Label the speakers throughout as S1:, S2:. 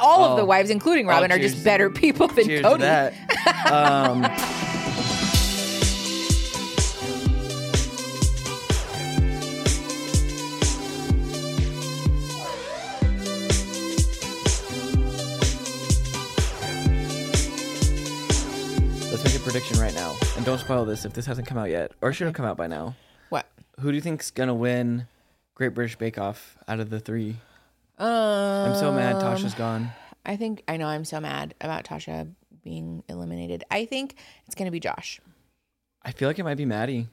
S1: all
S2: Oh.
S1: of the wives, including
S2: Oh,
S1: Robin, are
S2: cheers.
S1: just better people than
S2: Cheers
S1: Cody.
S2: to that. Um, let's make a prediction right now, and don't spoil this if this hasn't come out yet, or it should have come out by now.
S1: What?
S2: Who do you think's gonna win Great British Bake Off out of the three?
S1: Um,
S2: I'm
S1: I'm
S2: so mad Tasha's gone.
S1: I think I know. I'm so mad about Tasha being eliminated. I think it's gonna be Josh.
S2: I feel like it might be Maddie.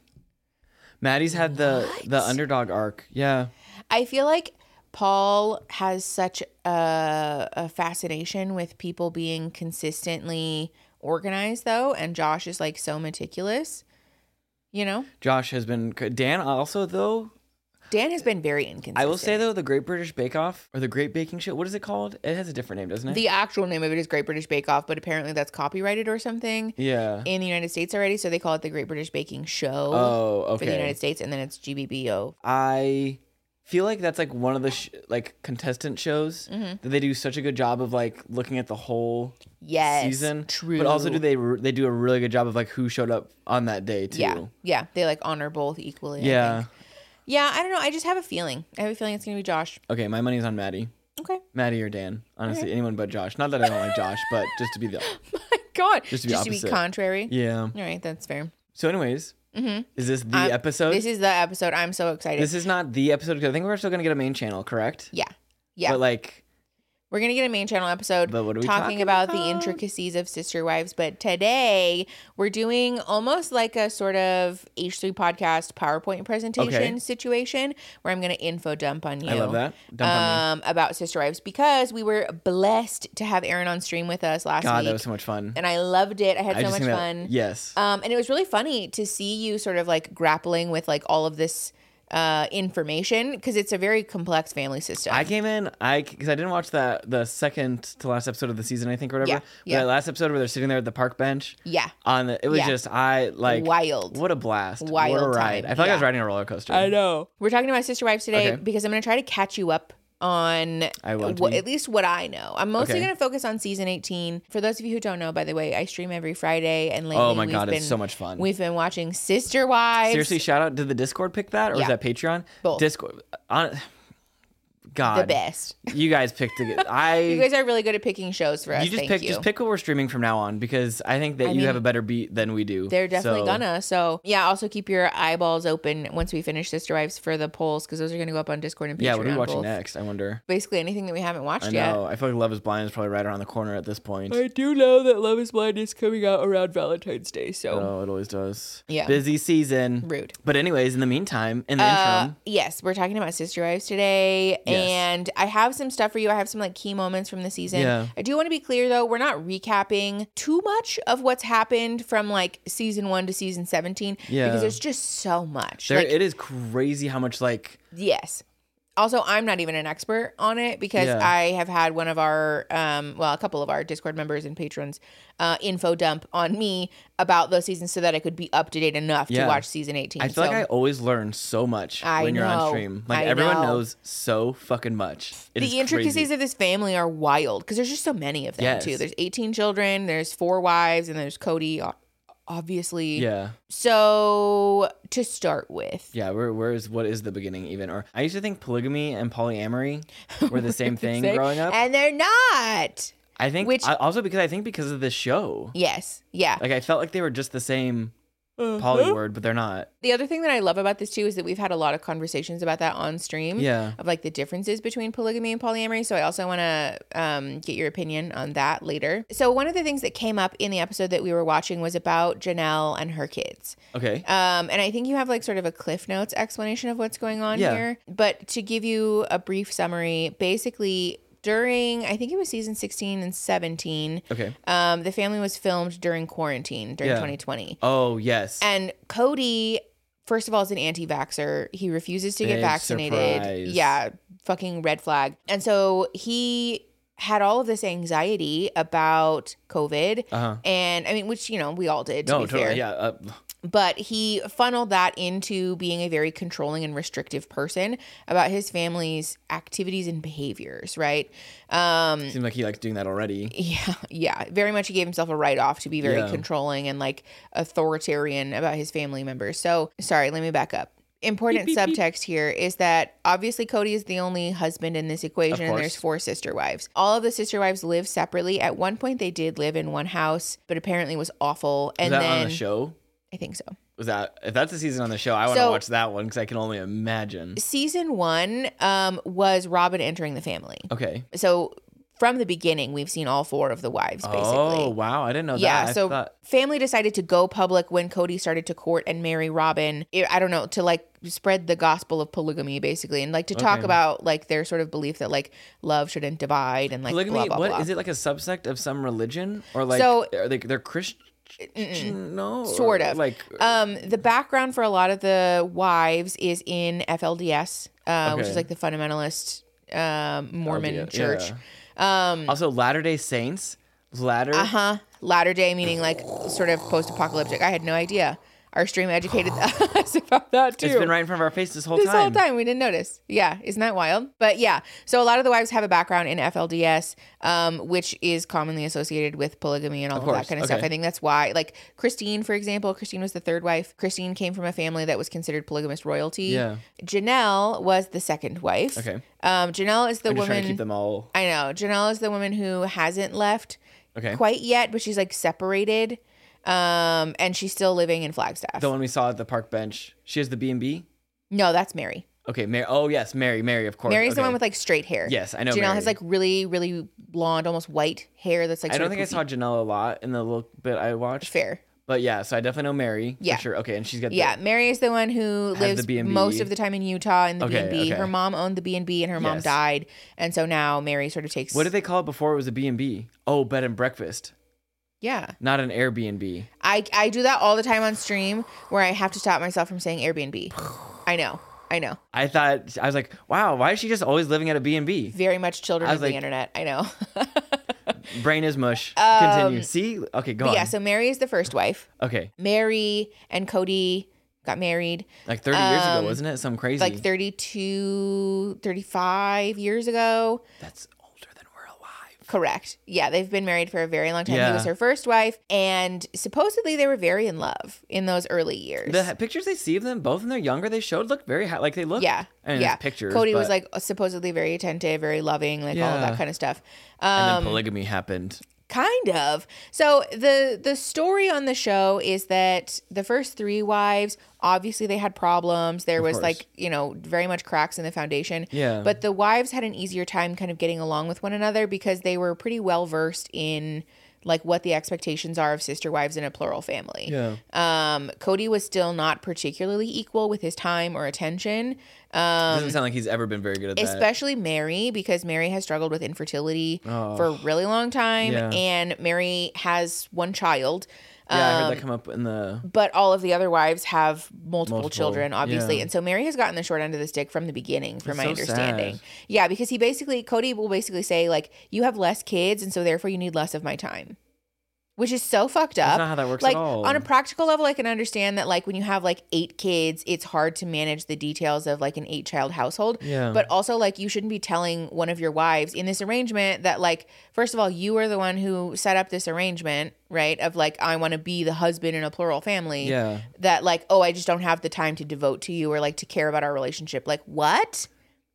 S2: Maddie's had the the underdog arc. Yeah.
S1: I feel like Paul has such a, a fascination with people being consistently organized, though, and Josh is like so meticulous. You know,
S2: Josh has been Dan also though.
S1: Dan has been very inconsistent.
S2: I will say though the Great British Bake Off or the Great Baking Show, what is it called? It has a different name, doesn't it?
S1: the actual name of it is Great British Bake Off, but apparently that's copyrighted or something
S2: yeah.
S1: in the United States already. So they call it the Great British Baking Show
S2: Oh,
S1: for the
S2: okay.
S1: United States, and then it's GBBO.
S2: I feel like that's like one of the sh- like contestant shows
S1: Mm-hmm.
S2: that they do such a good job of like looking at the whole
S1: Yes,
S2: season.
S1: True,
S2: But also do they re- they do a really good job of like who showed up on that day too.
S1: Yeah, yeah, they like honor both equally. I
S2: Yeah.
S1: think. yeah. I don't know. I just have a feeling. I have a feeling it's gonna be Josh.
S2: Okay, my money's on Maddie.
S1: Okay.
S2: Maddie or Dan. Honestly, anyone but Josh. Not that I don't like Josh, but just to be the
S1: my god
S2: Just to be opposite.
S1: contrary
S2: Yeah.
S1: all right that's fair
S2: So, anyways, is this the
S1: I'm-
S2: episode?
S1: Mm-hmm. Um, this is the episode i'm so excited
S2: This is not the episode. 'cause I think we're still gonna get a main channel, correct?
S1: yeah yeah
S2: But like,
S1: we're gonna get a main channel episode
S2: But what are we talking
S1: about, the
S2: about?
S1: intricacies of sister wives but today we're doing almost like a sort of h3 podcast powerpoint presentation
S2: Okay.
S1: situation where i'm gonna info dump on you
S2: I love that. Dump on me.
S1: um, about sister wives because we were blessed to have Aaron on stream with us last
S2: God,
S1: week,
S2: that was so much fun.
S1: and I loved it. I had
S2: I
S1: so
S2: just
S1: much
S2: think that-
S1: fun.
S2: Yes.
S1: Um, and it was really funny to see you sort of like grappling with like all of this uh, information because it's a very complex family system.
S2: I came in, I because I didn't watch that the second to last episode of the season, I think, or
S1: Yeah,
S2: whatever.
S1: yeah.
S2: The last episode where they're sitting there at the park bench.
S1: yeah.
S2: On the, it was
S1: Yeah.
S2: just I like
S1: Wild.
S2: What a blast! what a
S1: Wild
S2: ride!
S1: time,
S2: I felt like I was
S1: yeah.
S2: riding a roller coaster.
S1: know. We're talking about sister wives today
S2: Okay.
S1: because I'm going to try to catch you up on
S2: I want to
S1: what,
S2: be.
S1: at least what I know. I'm mostly
S2: Okay.
S1: going to focus on season 18. For those of you who don't know, by the way, I stream every Friday and lately
S2: Oh my
S1: we've
S2: God,
S1: been,
S2: it's so much fun.
S1: We've been watching Sister Wives.
S2: Seriously, shout out. Did the Discord pick that, or
S1: Yeah.
S2: was that Patreon?
S1: Both.
S2: Discord. On, God,
S1: the best.
S2: you guys picked. A, I
S1: You guys are really good at picking shows for us.
S2: you just
S1: Thank
S2: pick
S1: you.
S2: just pick what we're streaming from now on because I think that you have a better beat than we do.
S1: They're definitely
S2: So,
S1: gonna. So yeah, also keep your eyeballs open once we finish Sister Wives for the polls because those are gonna go up on Discord and Patreon.
S2: Yeah, what are we watching
S1: both.
S2: next? I wonder.
S1: Basically anything that we haven't watched
S2: I
S1: yet.
S2: know. I feel like Love Is Blind is probably right around the corner at this point.
S1: I do know that Love Is Blind is coming out around Valentine's Day, so
S2: Oh, it always does.
S1: Yeah.
S2: Busy season.
S1: Rude.
S2: But anyways, in the meantime, in the
S1: Uh,
S2: interim,
S1: yes, we're talking about Sister Wives today,
S2: Yes.
S1: and I have some stuff for you. I have some like key moments from the season.
S2: Yeah.
S1: I do want to be clear though, we're not recapping too much of what's happened from like season one to season seventeen
S2: Yeah.
S1: because there's just so much.
S2: there
S1: Like,
S2: it is crazy how much like
S1: Yes. Also, I'm not even an expert on it because
S2: Yeah.
S1: I have had one of our, um, well, a couple of our Discord members and patrons uh, info dump on me about those seasons so that I could be up to date enough
S2: Yeah.
S1: to watch season 18.
S2: I feel
S1: so
S2: like I always learn so much
S1: I
S2: when you're on
S1: know.
S2: stream. Like
S1: I
S2: everyone
S1: know.
S2: knows so fucking much. It is
S1: the intricacies
S2: crazy.
S1: of this family are wild because there's just so many of them,
S2: Yes.
S1: too. There's 18 children, there's four wives, and there's Cody, o- obviously.
S2: Yeah.
S1: So, to start with,
S2: Yeah, where where is what is the beginning even? Or I used to think polygamy and polyamory were the same thing
S1: say-
S2: growing up.
S1: and they're not.
S2: I think
S1: Which-
S2: I- also because I think because of this show,
S1: Yes. Yeah. Uh-huh.
S2: like I felt like they were just the same poly word, but they're not.
S1: The other thing that I love about this too is that we've had a lot of conversations about that on stream.
S2: Yeah.
S1: Of like the differences between polygamy and polyamory. So I also want to um, get your opinion on that later. So one of the things that came up in the episode that we were watching was about Janelle and her kids.
S2: Okay,
S1: Um, and I think you have like sort of a Cliff Notes explanation of what's going on
S2: Yeah.
S1: here. But to give you a brief summary, basically during I think it was season 16 and 17,
S2: okay.
S1: um, the family was filmed during quarantine during
S2: Yeah.
S1: 2020.
S2: Oh yes,
S1: And Cody, first of all, is an anti vaxxer. He refuses to get
S2: Big
S1: vaccinated.
S2: surprise.
S1: Yeah, fucking red flag. And so he had all of this anxiety about COVID.
S2: Uh-huh.
S1: And I mean, which, you know, we all did, to
S2: no,
S1: be
S2: totally.
S1: fair.
S2: Yeah, uh,
S1: but he funneled that into being a very controlling and restrictive person about his family's activities and behaviors, right? Um,
S2: Seems like he likes doing that already.
S1: yeah, yeah. Very much he gave himself a write off to be very
S2: Yeah.
S1: controlling and like authoritarian about his family members. So, sorry, let me back up. Important subtext here is that obviously Cody is the only husband in this equation, and
S2: course.
S1: there's four sister wives. All of the sister wives live separately. At one point, they did live in one house, but apparently was awful.
S2: Was
S1: And
S2: that
S1: then
S2: on the show?
S1: I think so.
S2: Was that if that's a season on the show? I want to
S1: So-
S2: watch that one because I can only imagine.
S1: season one um, was Robin entering the family.
S2: Okay.
S1: So from the beginning, we've seen all four of the wives basically.
S2: Oh wow, I didn't know
S1: yeah.
S2: that. I
S1: so
S2: thought-
S1: family decided to go public when Cody started to court and marry Robin. I- I don't know to like spread the gospel of polygamy basically, and like to talk
S2: Okay.
S1: about like their sort of belief that like love shouldn't divide and like
S2: polygamy.
S1: blah blah
S2: what
S1: blah.
S2: is it like a subsect of some religion or like?
S1: So-
S2: are they they're Christian? No,
S1: Sort
S2: Or,
S1: of.
S2: Like uh,
S1: um, the background for a lot of the wives is in FLDS, uh, which
S2: Okay.
S1: is like the fundamentalist um, Mormon
S2: LDS,
S1: church.
S2: yeah.
S1: Mm.
S2: also Latter Day Saints. Latter.
S1: Uh huh. Latter day meaning like sort of post apocalyptic. I had no idea. Our stream educated us about that too.
S2: It's been right in front of our face this whole
S1: this
S2: time.
S1: whole time we didn't notice. Yeah, isn't that wild? But yeah, so a lot of the wives have a background in FLDS, um, which is commonly associated with polygamy and all of,
S2: course,
S1: that kind of stuff.
S2: okay.
S1: I think that's why, like Christine, for example, Christine was the third wife. Christine came from a family that was considered polygamous royalty.
S2: Yeah.
S1: Janelle was the second wife.
S2: Okay.
S1: Um, Janelle is the
S2: I'm just trying to
S1: woman.
S2: keep them all.
S1: I know Janelle is the woman who hasn't left
S2: Okay.
S1: quite yet, but she's like separated. Um, and she's still living in Flagstaff.
S2: The one we saw at the park bench. She has the B and B.
S1: no, that's Mary.
S2: Okay, Mary. Oh yes, Mary. Mary, of course.
S1: Mary's the
S2: Okay.
S1: one with like straight hair.
S2: Yes, I know
S1: Janelle has
S2: Mary.
S1: like really, really blonde, almost white hair that's like.
S2: I
S1: sort
S2: don't
S1: of
S2: think I saw
S1: poofy.
S2: Janelle a lot in the little bit I watched.
S1: fair.
S2: But yeah, so I definitely know Mary.
S1: Yeah.
S2: For sure. Okay, and she's got
S1: Yeah, Mary is the one who
S2: Has
S1: lives
S2: the B&B.
S1: most of the time in Utah in the B
S2: Okay,
S1: and B.
S2: okay.
S1: Her mom owned the B and B, and her mom
S2: Yes.
S1: died, and so now Mary sort of takes.
S2: The, what did they call it before? It was a B and B. Oh, bed and breakfast,
S1: yeah,
S2: not an Airbnb.
S1: I I do that all the time on stream where I have to stop myself from saying Airbnb. I know, I know.
S2: I thought I was like, wow, why is she just always living at a B and B?
S1: Very much children
S2: I
S1: of
S2: was
S1: the
S2: like-
S1: internet. I know.
S2: Brain is mush. Continue. See, okay, go on.
S1: Um, yeah, so Mary is the first wife.
S2: okay,
S1: Mary and Cody got married
S2: like thirty years ago, wasn't it? Some crazy.
S1: um, like 32, 35 years ago.
S2: That's older than we're alive.
S1: Correct. Yeah, they've been married for a very long time. He
S2: Yeah.
S1: was her first wife, and supposedly they were very in love in those early years.
S2: The ha- pictures they see of them, both when they're younger, they showed look very high, like they look.
S1: yeah.
S2: I mean,
S1: yeah.
S2: It's pictures.
S1: Cody was
S2: but-
S1: like supposedly very attentive, very loving, like all of
S2: Yeah.
S1: that kind of stuff.
S2: and then
S1: Um,
S2: polygamy happened.
S1: kind of so the the story on the show is that the first three wives obviously they had problems there was
S2: course.
S1: like you know very much cracks in the foundation
S2: Yeah.
S1: but the wives had an easier time kind of getting along with one another because they were pretty well versed in like what the expectations are of sister wives in a plural family
S2: Yeah.
S1: um cody was still not particularly equal with his time or attention um
S2: Doesn't sound like he's ever been very good at that.
S1: especially Mary because Mary has struggled with infertility
S2: Oh.
S1: for a really long time
S2: Yeah.
S1: and Mary has one child.
S2: yeah, I
S1: um,
S2: heard that come up in the
S1: but all of the other wives have multiple,
S2: Multiple,
S1: children, obviously.
S2: yeah.
S1: And so Mary has gotten the short end of the stick from the beginning, from
S2: That's
S1: my
S2: so
S1: understanding.
S2: sad.
S1: Yeah, because he basically, Cody will basically say, like, you have less kids, and so therefore you need less of my time. Which is so fucked up.
S2: not how that works at
S1: like,
S2: all.
S1: on a practical level, I can understand that, like, when you have like eight kids, it's hard to manage the details of like an eight child household.
S2: Yeah.
S1: But also, like, you shouldn't be telling one of your wives in this arrangement that, like, first of all, you are the one who set up this arrangement, right? Of like, I want to be the husband in a plural family
S2: yeah.
S1: that like oh i just don't have the time to devote to you or like to care about our relationship like what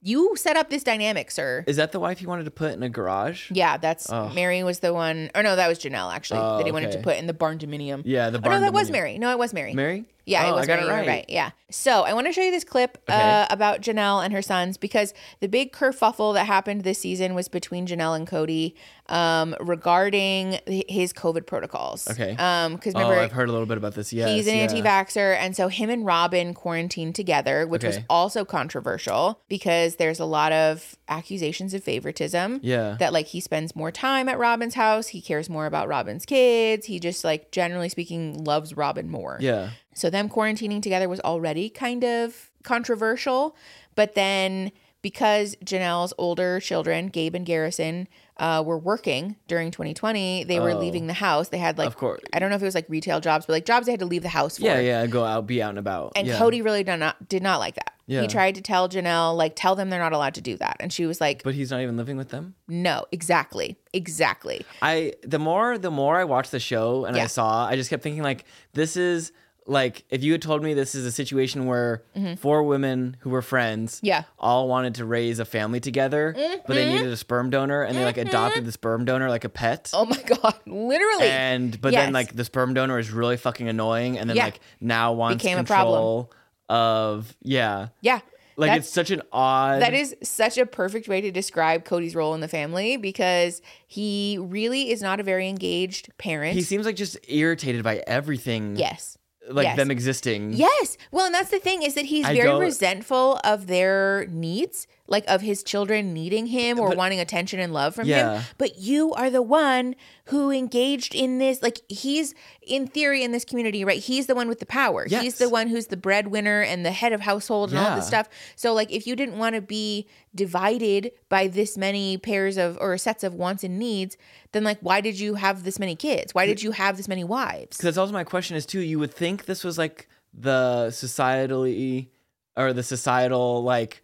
S1: you set up this dynamic sir
S2: Is that the wife he wanted to put in a garage?
S1: yeah that's
S2: Ugh.
S1: mary was the one or no that was janelle actually
S2: Oh,
S1: that he wanted to
S2: okay.
S1: put in the barn dominium
S2: Yeah, the
S1: oh,
S2: barn.
S1: no that was
S2: dominium.
S1: mary no it was mary
S2: Mary?
S1: yeah,
S2: oh,
S1: it was
S2: I got
S1: Mary.
S2: it
S1: you were
S2: right.
S1: right. Yeah. So I want to show you this clip uh, about Janelle and her sons because the big kerfuffle that happened this season was between Janelle and Cody um, regarding h- his COVID protocols.
S2: Okay.
S1: Um, because
S2: Oh,
S1: remember,
S2: I've heard a little bit about this. Yes,
S1: he's an
S2: yeah.
S1: anti-vaxxer and so him and robin quarantined together which was
S2: Okay.
S1: also controversial because there's a lot of accusations of favoritism
S2: Yeah.
S1: that like he spends more time at robin's house he cares more about robin's kids he just like generally speaking loves robin more
S2: yeah.
S1: so them quarantining together was already kind of controversial but then because Janelle's older children, Gabe and Garrison, uh, were working during 2020. They were
S2: Oh.
S1: leaving the house. They had like,
S2: Of course.
S1: I don't know if it was like retail jobs, but like jobs they had to leave the house for.
S2: Yeah, yeah. Go out, be out and about.
S1: And
S2: yeah.
S1: Cody really did not did not like that.
S2: Yeah.
S1: He tried to tell Janelle like tell them they're not allowed to do that, and she was like,
S2: But he's not even living with them.
S1: "No, exactly, exactly."
S2: I the more the more I watched the show and I
S1: Yeah.
S2: saw, I just kept thinking like this is like if you had told me this is a situation where four women who were friends
S1: Mm-hmm. Yeah. Mm-hmm.
S2: all wanted to raise a family together but they needed a sperm donor and they like adopted the sperm donor like a pet
S1: Oh my god, literally.
S2: and but
S1: Yes.
S2: then like the sperm donor is really fucking annoying and then
S1: Yeah.
S2: like now wants
S1: Became a problem.
S2: control of yeah
S1: yeah,
S2: like
S1: that's-
S2: it's such an odd
S1: That is such a perfect way to describe Cody's role in the family because he really is not a very engaged parent.
S2: he seems like just irritated by everything
S1: yes.
S2: like
S1: yes.
S2: them existing
S1: Yes. Well, and that's the thing is that he's
S2: I
S1: very
S2: don't-
S1: resentful of their needs, like of his children needing him or wanting attention and love from
S2: Yeah.
S1: him. But you are the one who engaged in this. Like he's in theory in this community, right? He's the one with the power. He's
S2: Yes.
S1: the one who's the breadwinner and the head of household and all this
S2: Yeah.
S1: stuff. So like if you didn't want to be divided by this many pairs of or sets of wants and needs, then like why did you have this many kids? Why did you have this many wives?
S2: Because that's also my question is too. You would think this was like the societally or the societal like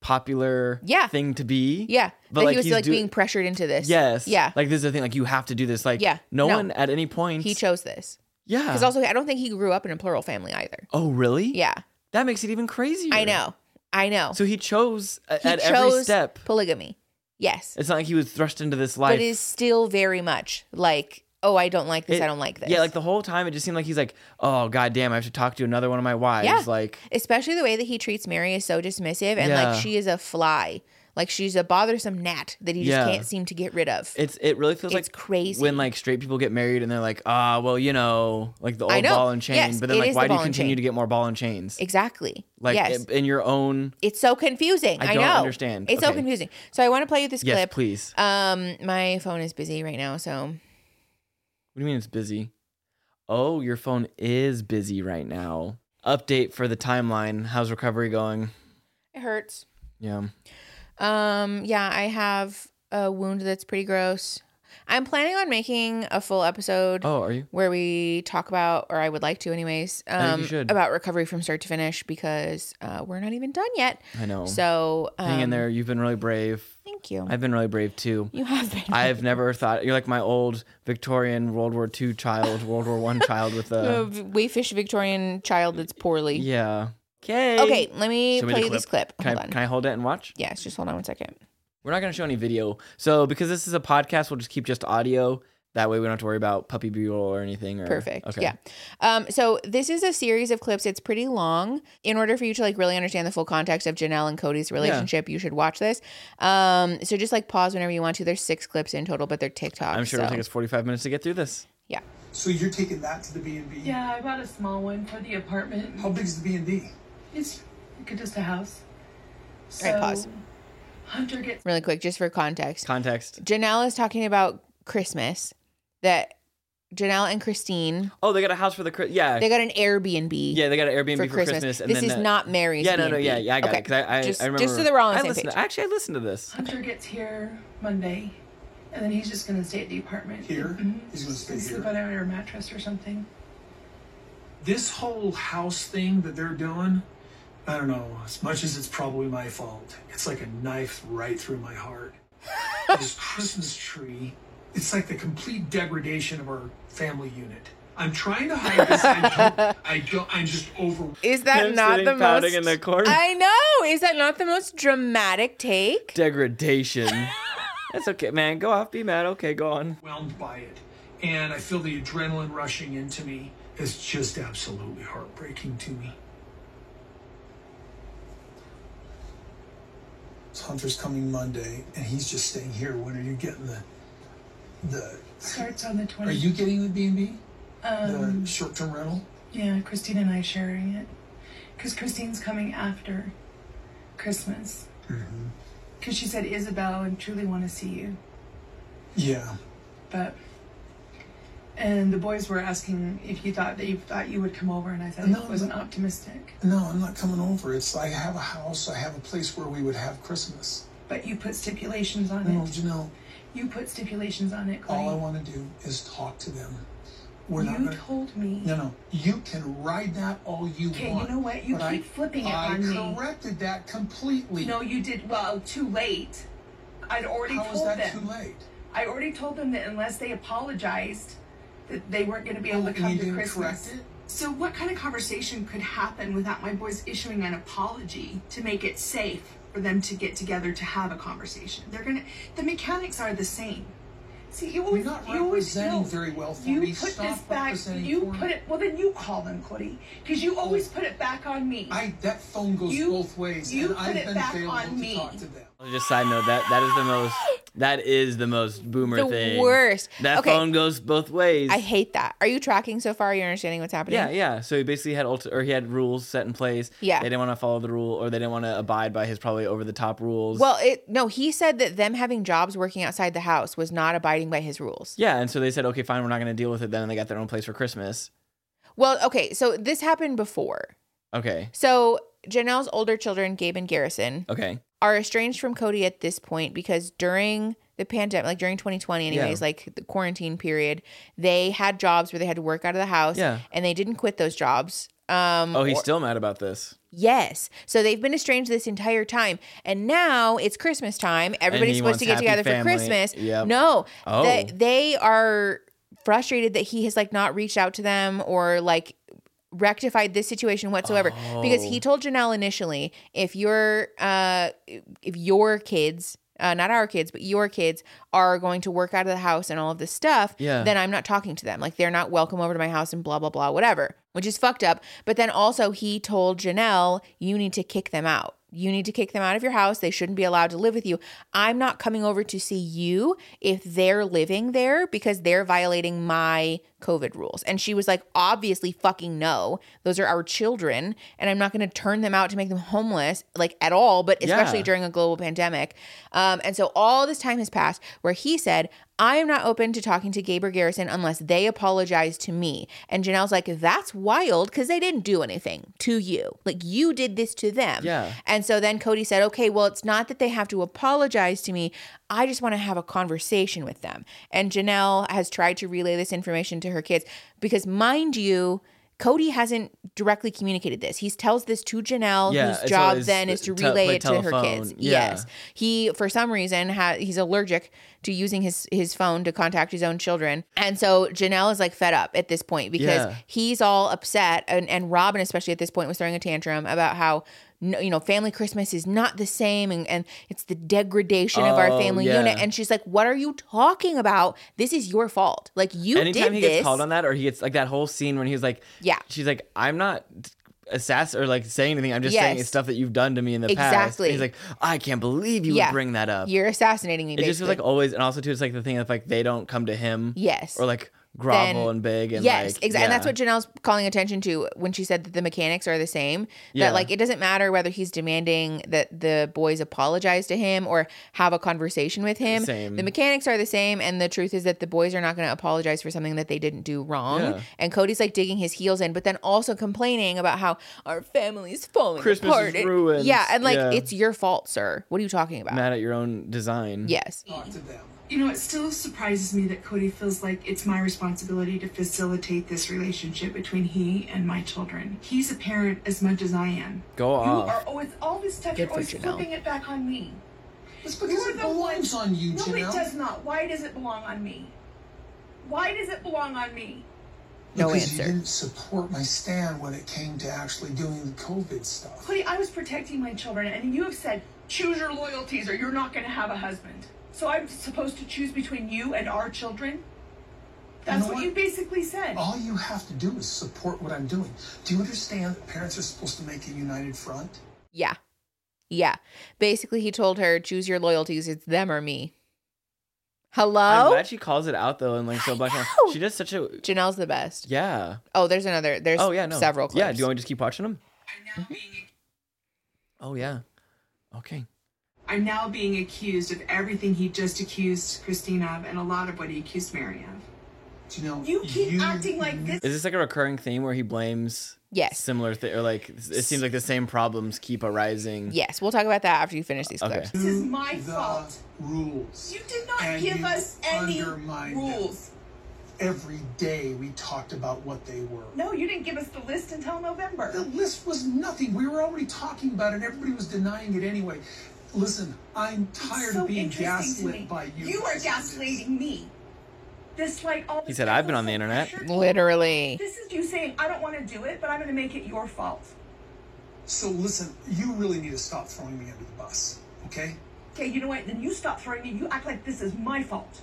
S2: popular
S1: Yeah.
S2: thing to be.
S1: Yeah.
S2: But,
S1: that
S2: like,
S1: he was
S2: he's
S1: like
S2: do-
S1: being pressured into this.
S2: Yes.
S1: Yeah.
S2: Like this is the thing. Like you have to do this. Like
S1: Yeah.
S2: No,
S1: No.
S2: one at any point.
S1: he chose this.
S2: yeah.
S1: Because also, I don't think he grew up in a plural family either.
S2: oh really?
S1: Yeah,
S2: That makes it even crazier.
S1: I know. I know.
S2: So he chose a-
S1: he
S2: at
S1: chose
S2: every step.
S1: polygamy. Yes.
S2: It's not like he was thrust into this
S1: But
S2: life.
S1: it is still very much like, oh, I don't like this.
S2: It-
S1: I don't like this.
S2: Yeah, like the whole time it just seemed like he's like, oh god damn, I have to talk to another one of my wives.
S1: Yeah.
S2: Like
S1: Especially the way that he treats Mary is so dismissive and
S2: Yeah.
S1: like she is a fly. Like she's a bothersome gnat that he just
S2: Yeah.
S1: can't seem to get rid of.
S2: It's it really feels
S1: It's
S2: like
S1: crazy.
S2: when like straight people get married and they're like, ah, well, you know, like the
S1: I
S2: old
S1: know.
S2: ball and chain.
S1: Yes,
S2: but then
S1: it
S2: like,
S1: is
S2: why
S1: the
S2: do you
S1: ball and
S2: continue
S1: chain.
S2: to get more ball and chains?
S1: exactly.
S2: Like
S1: yes.
S2: in- in your own.
S1: it's so confusing. I,
S2: don't
S1: know.
S2: understand.
S1: It's so
S2: Okay.
S1: confusing. So I want to play you this
S2: Yes,
S1: clip.
S2: please.
S1: Um, my phone is busy right now, so
S2: What do you mean it's busy? Oh, your phone is busy right now. Update for the timeline. How's recovery going?
S1: it hurts.
S2: Yeah.
S1: Um, yeah, I have a wound that's pretty gross. I'm planning on making a full episode
S2: Oh, are you?
S1: where we talk about, or I would like to, anyways,
S2: think you
S1: um,
S2: should.
S1: about recovery from start to finish because uh, we're not even done yet.
S2: I know.
S1: So um,
S2: Hang in there. You've been really brave.
S1: Thank you.
S2: I've been really brave too.
S1: you have been.
S2: I've never thought you're like my old Victorian World War II child, World War One child with
S1: a
S2: a
S1: wayfish Victorian child that's poorly.
S2: uh, yeah. Okay.
S1: Okay, let me
S2: Show me
S1: play
S2: the
S1: you this clip.
S2: Can
S1: Hold
S2: I,
S1: on.
S2: can I hold it and watch?
S1: yes, just hold on one second.
S2: We're not going to show any video. So because this is a podcast, we'll just keep just audio. That way we don't have to worry about puppy bugle or anything. Or,
S1: Perfect. Yeah. Um, so this is a series of clips. It's pretty long. In order for you to like really understand the full context of Janelle and Cody's relationship, you should watch this. Um, so just like pause whenever you want to. There's six clips in total, but they're TikTok.
S2: I'm sure
S1: so.
S2: it'll take us 45 minutes to get through this.
S1: Yeah.
S3: So you're taking that to the B and B.
S4: Yeah, I bought a small one for the apartment.
S3: How big's the B and B?
S4: It's like just a house. So,
S1: All right, pause.
S4: Hunter gets
S1: Really quick, just for context.
S2: Context.
S1: Janelle is talking about Christmas that Janelle and Christine
S2: Oh, they got a house for the Chris- yeah.
S1: they got an Airbnb.
S2: yeah, they got an Airbnb
S1: for
S2: for,
S1: Christmas.
S2: and
S1: this
S2: then
S1: is
S2: uh,
S1: not Mary's.
S2: Yeah, no, no,
S1: B&B.
S2: yeah, yeah, I got
S1: okay.
S2: it. 'cause I, I,
S1: just,
S2: I remember.
S1: just so that we're all on the
S2: I
S1: same
S2: listened-
S1: page.
S2: Actually, I listened to this.
S4: Hunter gets here Monday, and then he's just gonna stay at the apartment.
S3: Here?
S4: Mhm.
S3: He's gonna stay
S4: And Sleep
S3: here?
S4: on our mattress or something.
S3: This whole house thing that they're doing, I don't know, as much as it's probably my fault, it's like a knife right through my heart. this Christmas tree, it's like the complete degradation of our family unit. I'm trying to hide this. I don't, I don't I'm just over
S1: Is that
S2: Him
S1: not
S2: sitting
S1: the
S2: pouting
S1: most?
S2: in the corner.
S1: I know. Is that not the most dramatic take?
S2: Degradation. That's okay, man. Go off. Be mad. Okay, go on.
S3: overwhelmed by it. And I feel the adrenaline rushing into me. It's just absolutely heartbreaking to me. Hunter's coming Monday, and he's just staying here. When are you getting the the?
S4: Starts on the 20th.
S3: Are you getting the B and B,
S4: Um,
S3: the short-term rental?
S4: yeah, Christine and I sharing it, because Christine's coming after Christmas.
S3: Mm-hmm.
S4: Because she said Isabel and truly want to see you,
S3: Yeah,
S4: but and the boys were asking if you thought that you thought you would come over, and I said
S3: No,
S4: I wasn't
S3: no.
S4: optimistic.
S3: No, I'm not coming over. It's I have a house. I have a place where we would have Christmas.
S4: But you put stipulations on
S3: No,
S4: it.
S3: you know,
S4: You put stipulations on it,
S3: all I
S4: Clay.
S3: want to do is talk to them. We're not
S4: You
S3: gonna.
S4: told me.
S3: No, no. You can ride that all you
S4: Okay, you
S3: want.
S4: know what? You
S3: but
S4: keep
S3: I,
S4: flipping it
S3: I
S4: on me.
S3: corrected that completely.
S4: No, you did. Well, too late. I'd already
S3: How
S4: told
S3: is that
S4: them.
S3: too late?
S4: I already told them that unless they apologized, that they weren't going to be able to
S3: Oh, And
S4: come
S3: you
S4: to
S3: didn't
S4: Christmas.
S3: correct it?
S4: So, what kind of conversation could happen without my boys issuing an apology to make it safe for them to get together to have a conversation? They're going to. The mechanics are the same. See, you always,
S3: not
S4: you always
S3: representing
S4: will.
S3: very well for
S4: you
S3: me.
S4: put
S3: Stop
S4: this back.
S3: representing
S4: You
S3: for me. Oh.
S4: put it. Well, then you call them, Cody, because you always put it back on me.
S3: I that phone goes
S4: You-
S3: both ways,
S4: you
S3: and
S4: put
S3: I've
S4: it
S3: been
S4: back
S3: available
S4: on
S3: to
S4: me.
S3: talk to them.
S2: Just side note that that is the most that is the most boomer
S1: The
S2: thing.
S1: worst.
S2: That
S1: Okay.
S2: phone goes both ways.
S1: I hate that. Are you tracking so far? You're understanding what's happening?
S2: yeah, yeah. So he basically had ulti- or he had rules set in place.
S1: Yeah.
S2: They didn't want to follow the rule or they didn't want to abide by his probably over the top rules.
S1: Well, it no, he said that them having jobs working outside the house was not abiding by his rules.
S2: yeah, and so they said, okay, fine, we're not going to deal with it then. And they got their own place for Christmas.
S1: Well, okay, so this happened before.
S2: Okay,
S1: So Janelle's older children, Gabe and Garrison,
S2: okay,
S1: are estranged from Cody at this point because during the pandemic, like during 2020, anyways,
S2: Yeah.
S1: like the quarantine period, they had jobs where they had to work out of the house
S2: Yeah.
S1: and they didn't quit those jobs. Um,
S2: Oh, he's
S1: or-
S2: still mad about this.
S1: Yes. So they've been estranged this entire time. And now it's Christmas time. Everybody's
S2: he
S1: supposed to get
S2: wants happy
S1: together for
S2: family.
S1: Christmas.
S2: Yep.
S1: No.
S2: Oh.
S1: They, they are frustrated that he has like not reached out to them or like rectified this situation whatsoever because he
S2: Oh.
S1: told Janelle initially if your uh if your kids uh, not our kids, but your kids are going to work out of the house and all of this stuff.
S2: Yeah.
S1: Then I'm not talking to them. Like they're not welcome over to my house and blah blah blah, whatever, which is fucked up. But then also he told Janelle, you need to kick them out. You need to kick them out of your house. They shouldn't be allowed to live with you. I'm not coming over to see you if they're living there because they're violating my COVID rules. And she was like, obviously, fucking no. Those are our children. And I'm not going to turn them out to make them homeless, like at all, but especially
S2: Yeah.
S1: during a global pandemic. Um, and so all this time has passed where he said, I am not open to talking to Gabe or Garrison unless they apologize to me. And Janelle's like, that's wild because they didn't do anything to you. Like you did this to them.
S2: Yeah.
S1: And so then Cody said, okay, well, it's not that they have to apologize to me. I just want to have a conversation with them. And Janelle has tried to relay this information to her kids because, mind you, Cody hasn't directly communicated this. He tells this to Janelle,
S2: Yeah,
S1: whose
S2: it's
S1: job
S2: always
S1: then
S2: the
S1: is to
S2: tel-
S1: relay
S2: play
S1: it to her
S2: telephone.
S1: kids.
S2: Yeah.
S1: Yes. He, for some reason, ha- he's allergic to using his, his phone to contact his own children. And so Janelle is like fed up at this point because
S2: Yeah.
S1: he's all upset and, and robin especially at this point was throwing a tantrum about how no, you know family christmas is not the same and, and it's the degradation of our
S2: Oh,
S1: family
S2: yeah.
S1: unit and she's like what are you talking about this is your fault like you
S2: Anytime
S1: did
S2: he
S1: this
S2: gets called on that, or he gets like that whole scene when he's like,
S1: Yeah.
S2: she's like, I'm not assass or like saying anything. I'm just saying
S1: Yes.
S2: it's stuff that you've done to me in the past.
S1: Exactly.
S2: And he's like, I can't believe you
S1: Yeah.
S2: would bring that up.
S1: you're assassinating me
S2: it just feels
S1: basically.
S2: like always, and also too, it's like the thing of like they don't come to him.
S1: yes
S2: Or like grovel
S1: Then-
S2: and beg and
S1: yes,
S2: like,
S1: exactly. And that's
S2: yeah.
S1: what Janelle's calling attention to when she said that the mechanics are the same.
S2: Yeah.
S1: That like it doesn't matter whether he's demanding that the boys apologize to him or have a conversation with him.
S2: Same.
S1: The mechanics are the same, and the truth is that the boys are not going to apologize for something that they didn't do wrong.
S2: Yeah.
S1: And Cody's like digging his heels in, but then also complaining about how our family's falling
S2: Christmas is
S1: apart. It-
S2: ruined.
S1: Yeah, and like
S2: Yeah.
S1: it's your fault, sir. What are you talking about?
S2: mad at your own design.
S1: Yes.
S3: Talk to them.
S4: You know, it still surprises me that Cody feels like it's my responsibility to facilitate this relationship between he and my children. He's a parent as much as I am.
S2: Go
S4: You are
S2: off.
S4: always all this stuff.
S1: Oh. Good
S4: You're
S1: for
S4: always
S1: Janelle.
S4: flipping it back on me.
S3: It's because
S4: You're
S3: it
S4: the
S3: belongs
S4: one-
S3: on you,
S4: No,
S3: Janelle.
S4: it does not. Why does it belong on me? Why does it belong on me?
S1: No
S3: because
S1: answer.
S3: you didn't support my stand when it came to actually doing the COVID stuff.
S4: Cody, I was protecting my children, and you have said choose your loyalties, or you're not going to have a husband. So I'm supposed to choose between you and our children. That's
S3: know
S4: what,
S3: what? Oh.
S4: you basically said.
S3: All you have to do is support what I'm doing. Do you understand that parents are supposed to make a united front?
S1: Yeah. Yeah. Basically, he told her, "Choose your loyalties. It's them or me."
S2: I'm
S1: Hello.
S2: glad she calls it out though, and like so black. and-
S1: know.
S2: She does such a
S1: Janelle's the best.
S2: yeah.
S1: Oh, there's another. There's
S2: Oh yeah, no.
S1: several clips.
S2: Yeah. Do you want me to just keep watching them?
S4: I'm now being
S2: Oh yeah. Okay.
S4: I'm now being accused of everything he just accused Christine of and a lot of what he accused Mary of.
S3: Janelle,
S4: You keep acting like this.
S2: Is this like a recurring theme where he blames
S1: Yes.
S2: similar thing or like it seems like the same problems keep arising?
S1: Yes, we'll talk about that after you finish these
S2: Okay.
S1: clips.
S4: This is my
S3: the
S4: fault.
S3: rules.
S4: You did not
S3: And
S4: give
S3: you
S4: us any
S3: undermined them.
S4: rules.
S3: Every day we talked about what they were.
S4: No, you didn't give us the list until November.
S3: The list was nothing. We were already talking about it, and everybody was denying it anyway. Listen, I'm tired
S4: so
S3: of being
S4: interesting to me.
S3: gaslit by you.
S4: You are
S3: guys.
S4: gaslighting me. This like all.
S2: He said, "I've been on the internet."
S1: Literally.
S4: This is you saying I don't want to do it, but I'm going to make it your fault.
S3: So listen, you really need to stop throwing me under the bus, okay?
S4: Okay, you know what? Then you stop throwing me. You act like this is my fault.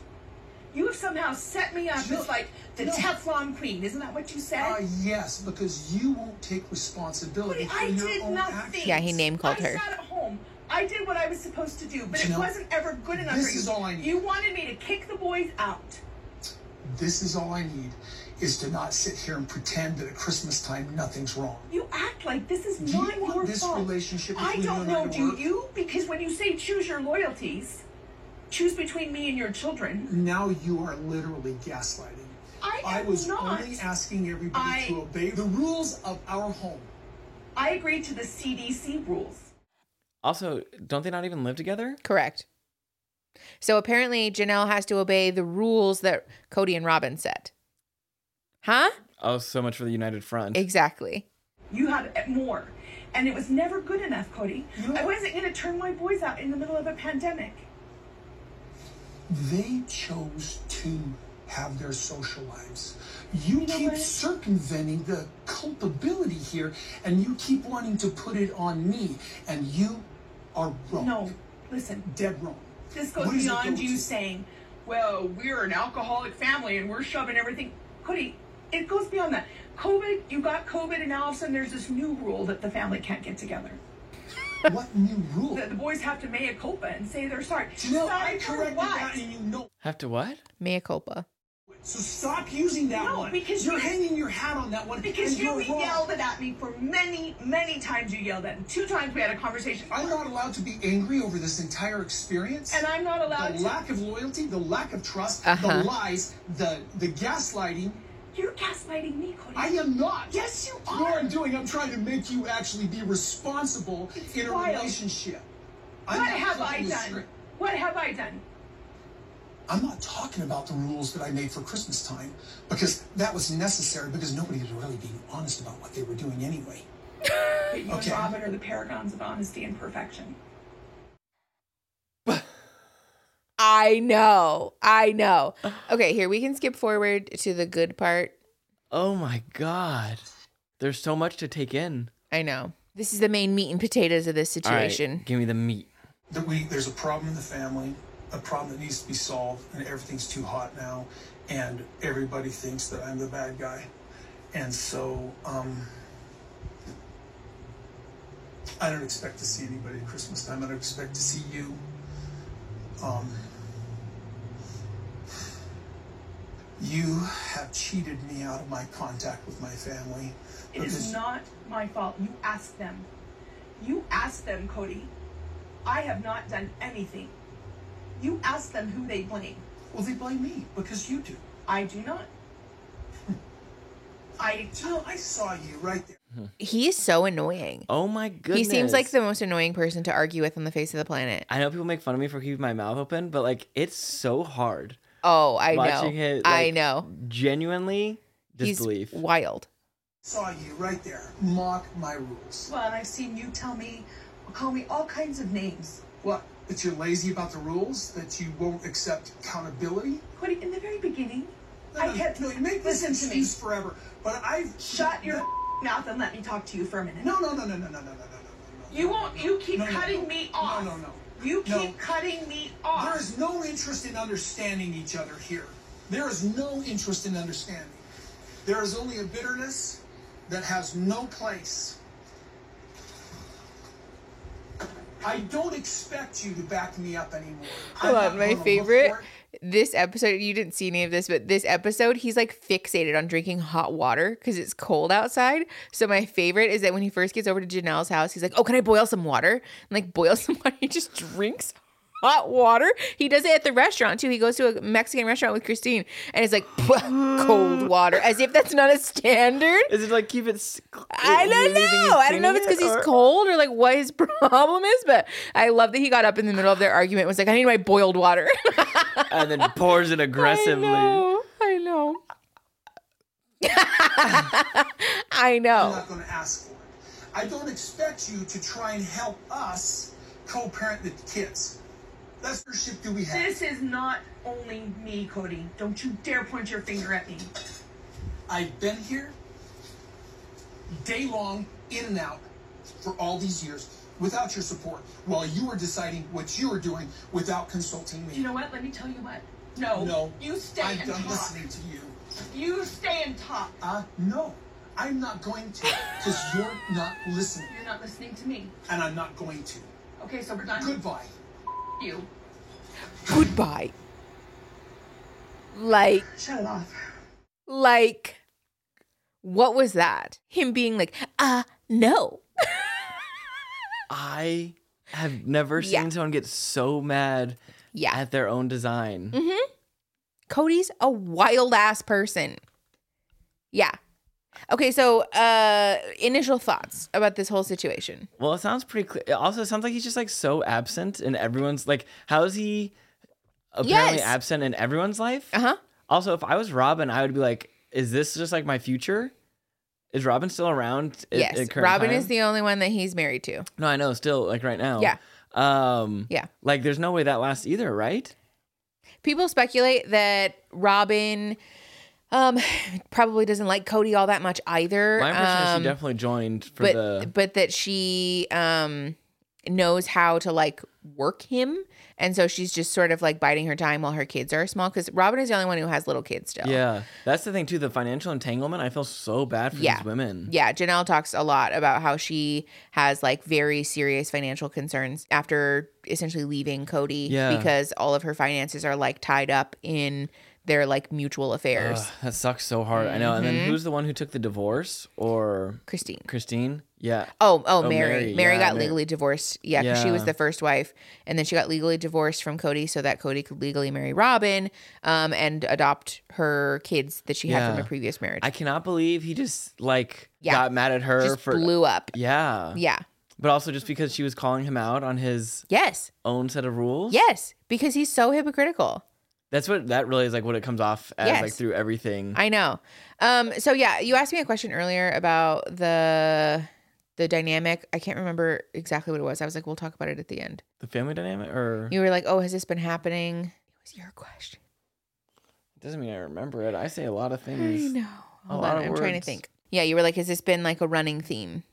S4: You have somehow set me up
S3: No,
S4: as like the
S3: no.
S4: Teflon queen. Isn't that what you said?
S3: Uh, yes, because you won't take responsibility
S4: But
S3: for
S4: I
S3: your
S4: did
S3: own
S4: nothing.
S3: actions.
S1: Yeah, he name called
S4: I
S1: her.
S4: sat at home. I did what I was supposed to do, but it
S3: Janelle,
S4: wasn't ever good enough
S3: this
S4: for you.
S3: is all I need.
S4: You wanted me to kick the boys out.
S3: This is all I need is to not sit here and pretend that at Christmas time nothing's wrong.
S4: You act like this is
S3: Do you
S4: not
S3: want
S4: your
S3: this
S4: fault.
S3: relationship
S4: I
S3: between
S4: don't
S3: you and I
S4: know,
S3: to
S4: do
S3: work?
S4: you? Because when you say choose your loyalties, choose between me and your children.
S3: Now you are literally gaslighting.
S4: I am
S3: was
S4: not.
S3: only asking everybody
S4: I-
S3: to obey the rules of our home.
S4: I agreed to the CDC rules.
S2: Also, don't they not even live together?
S1: Correct. So apparently Janelle has to obey the rules that Cody and Robin set. Huh?
S2: Oh, so much for the United Front.
S1: Exactly.
S4: You had more, and it was never good enough, Cody.
S3: You-
S4: I wasn't going to turn my boys out in the middle of a pandemic.
S3: They chose to have their social lives. You,
S4: know
S3: keep
S4: what?
S3: circumventing the culpability here, and you keep wanting to put it on me, and you are wrong.
S4: No, listen.
S3: Dead wrong.
S4: This goes
S3: What does it
S4: beyond
S3: go
S4: you
S3: to?
S4: saying, well, we're an alcoholic family and we're shoving everything. Cody, it goes beyond that. COVID, you got COVID, and now all of a sudden there's this new rule that the family can't get together.
S3: What new rule?
S4: That the boys have to mea culpa and say they're sorry.
S3: Janelle,
S4: sorry
S3: I
S4: for
S3: corrected
S4: what?
S3: that, and you know.
S2: Have to what?
S1: Mea culpa.
S3: So stop using that
S4: No,
S3: one.
S4: because
S3: you're
S4: you-
S3: hanging your hat on that one.
S4: Because
S3: and
S4: you
S3: are wrong.
S4: yelled it at me for many, many times. You yelled at me. Two times we had a conversation.
S3: I'm not allowed to be angry over this entire experience.
S4: and I'm not allowed
S3: the
S4: to.
S3: lack of loyalty, the lack of trust,
S1: Uh-huh.
S3: the lies, the the gaslighting.
S4: You're gaslighting me, Cody.
S3: I am not.
S4: Yes, you
S3: You know what
S4: are.
S3: I'm doing? I'm trying to make you actually be responsible in a
S4: wild.
S3: relationship. I'm
S4: what
S3: not
S4: have I
S3: flipping the
S4: done?
S3: script.
S4: What have I done?
S3: I'm not talking about the rules that I made for Christmas time because that was necessary because nobody was really being honest about what they were doing anyway.
S4: But you
S3: Okay.
S4: and Robin are the paragons of honesty and perfection.
S1: I know. I know. Okay, here we can skip forward to the good part.
S2: Oh my god. There's so much to take in.
S1: I know. This is the main meat and potatoes of this
S2: All right,
S1: situation.
S2: give me the meat.
S3: that we there's a problem in the family, a problem that needs to be solved, and everything's too hot now, and everybody thinks that I'm the bad guy, and so um, I don't expect to see anybody at Christmas time. I don't expect to see you. Um, you have cheated me out of my contact with my family.
S4: It is
S3: because-
S4: not my fault. You asked them. You asked them, Cody. I have not done anything. You asked them who they blame.
S3: Well, they blame me because you do.
S4: I do not. I
S3: Jill, I saw you right there.
S1: He is so annoying.
S2: Oh my goodness.
S1: He seems like the most annoying person to argue with on the face of the planet.
S2: I know people make fun of me for keeping my mouth open, but like it's so hard.
S1: Oh, I
S2: Watching
S1: know.
S2: it,
S1: I
S2: like,
S1: know.
S2: Genuinely disbelief.
S1: He's wild.
S3: saw you right there mock my rules.
S4: well, and I've seen you tell me, call me all kinds of names.
S3: What? That you're lazy about the rules? That you won't accept accountability?
S4: Cody, in the very beginning,
S3: No,
S4: I
S3: no,
S4: kept.
S3: no, you make this
S4: listen to me.
S3: excuse forever. But I've
S4: Shut your
S3: No,
S4: mouth and let me talk to you for a minute.
S3: no, no, no, no, no, no, no, no, no, no.
S4: You won't. You keep
S3: No, no,
S4: cutting
S3: no.
S4: me off.
S3: No, no, no.
S4: You
S3: No.
S4: keep cutting me off.
S3: There is no interest in understanding each other here. There is no interest in understanding. There is only a bitterness that has no place. I don't expect you to back me up anymore.
S1: I
S3: I'm not
S1: love my
S3: gonna look
S1: favorite.
S3: for it.
S1: This episode, you didn't see any of this, but this episode, he's like fixated on drinking hot water because it's cold outside. So my favorite is that when he first gets over to Janelle's house, he's like, "Oh, can I boil some water?" And like boil some water, he just drinks hot water. He does it at the restaurant too. He goes to a Mexican restaurant with Christine and it's like cold water, as if that's not a standard.
S2: Is it like keep it? s- cl-
S1: I
S2: do you
S1: don't
S2: think he's
S1: know. I don't know if it's
S2: cleaning
S1: because he's
S2: it, or-
S1: cold or like what his problem is, but I love that he got up in the middle of their argument and was like, I need my boiled water.
S2: and then pours it aggressively.
S1: I know. I know. I
S3: I'm
S1: know.
S3: not going to ask for it. I don't expect you to try and help us co-parent the kids. That's the shit do we have?
S4: This is not only me, Cody. Don't you dare point your finger at me.
S3: I've been here day long, in and out, for all these years without your support, while you were deciding what you were doing without consulting me.
S4: You know what? Let me tell you what. No.
S3: no,
S4: You stay
S3: I'm
S4: and
S3: done
S4: talk.
S3: listening to you.
S4: You stay and talk.
S3: Uh, no, I'm not going to, because you're not listening,
S4: You're not listening to me.
S3: and I'm not going to.
S4: Okay, so we're done.
S3: Goodbye.
S4: You.
S1: Goodbye. Like,
S4: Shut it off.
S1: like, what was that? Him being like, uh, no.
S2: I have never seen
S1: Yeah.
S2: someone get so mad
S1: Yeah. Mm-hmm.
S2: at their own design.
S1: Cody's a wild ass person. Yeah. Okay, so uh initial thoughts about this whole situation.
S2: Well, it sounds pretty clear. It also sounds like he's just like so absent, and everyone's like, how is he apparently
S1: Yes.
S2: absent in everyone's life?
S1: Uh-huh.
S2: Also, if I was Robin, I would be like, is this just like my future? Is Robin still around? at-
S1: yes.
S2: at current
S1: Robin
S2: time?
S1: is the only one that he's married to.
S2: no, I know, still like right now.
S1: Yeah.
S2: Um.
S1: Yeah.
S2: Like, there's no way that lasts either, right?
S1: People speculate that Robin um probably doesn't like Cody all that much either.
S2: My impression is
S1: um,
S2: she definitely joined for
S1: but
S2: the
S1: but that she um knows how to like work him and so she's just sort of like biding her time while her kids are small cuz Robin is the only one who has little kids still.
S2: Yeah, that's the thing too. The financial entanglement. I feel so bad for
S1: Yeah.
S2: these women.
S1: Yeah, Janelle talks a lot about how she has like very serious financial concerns after essentially leaving Cody
S2: Yeah.
S1: because all of her finances are like tied up in their like mutual affairs.
S2: Ugh, that sucks so hard. I know. And then
S1: Mm-hmm.
S2: who's the one who took the divorce or
S1: Christine.
S2: Christine? Yeah.
S1: Oh, oh,
S2: Oh,
S1: Mary. Mary,
S2: Mary. Yeah,
S1: got
S2: Mary.
S1: legally divorced. Yeah, 'cause she was
S2: Yeah.
S1: the first wife, and then she got legally divorced from Cody so that Cody could legally marry Robin, um, and adopt her kids that she had from
S2: Yeah.
S1: a previous marriage.
S2: I cannot believe he just like
S1: Yeah.
S2: got mad at her
S1: Just
S2: for
S1: blew up.
S2: yeah.
S1: Yeah.
S2: But also just because she was calling him out on his
S1: Yes.
S2: own set of rules.
S1: Yes. Because he's so hypocritical.
S2: That's what that really is like what it comes off as
S1: Yes.
S2: like through everything.
S1: I know. Um, so yeah, you asked me a question earlier about the the dynamic. I can't remember exactly what it was. I was like, we'll talk about it at the end.
S2: the family dynamic or
S1: You were like, oh, has this been happening? It was your question.
S2: doesn't mean I remember it. I say a lot of
S1: I
S2: things.
S1: know.
S2: a
S1: Hold
S2: lot
S1: on,
S2: of
S1: I'm trying to
S2: words.
S1: think. Yeah, you were like, has this been like a running theme?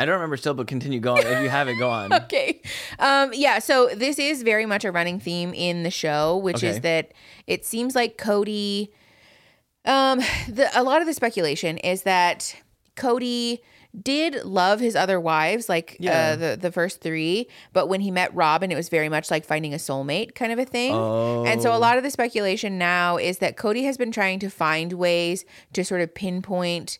S2: I don't remember still, but continue going. If you have it, go on.
S1: okay. Um, yeah, so this is very much a running theme in the show, which is
S2: Okay.
S1: that it seems like Cody um the a lot of the speculation is that Cody did love his other wives, like uh,
S2: Yeah.
S1: the the first three, but when he met Robin, it was very much like finding a soulmate kind of a thing. And so a
S2: Oh.
S1: lot of the speculation now is that Cody has been trying to find ways to sort of pinpoint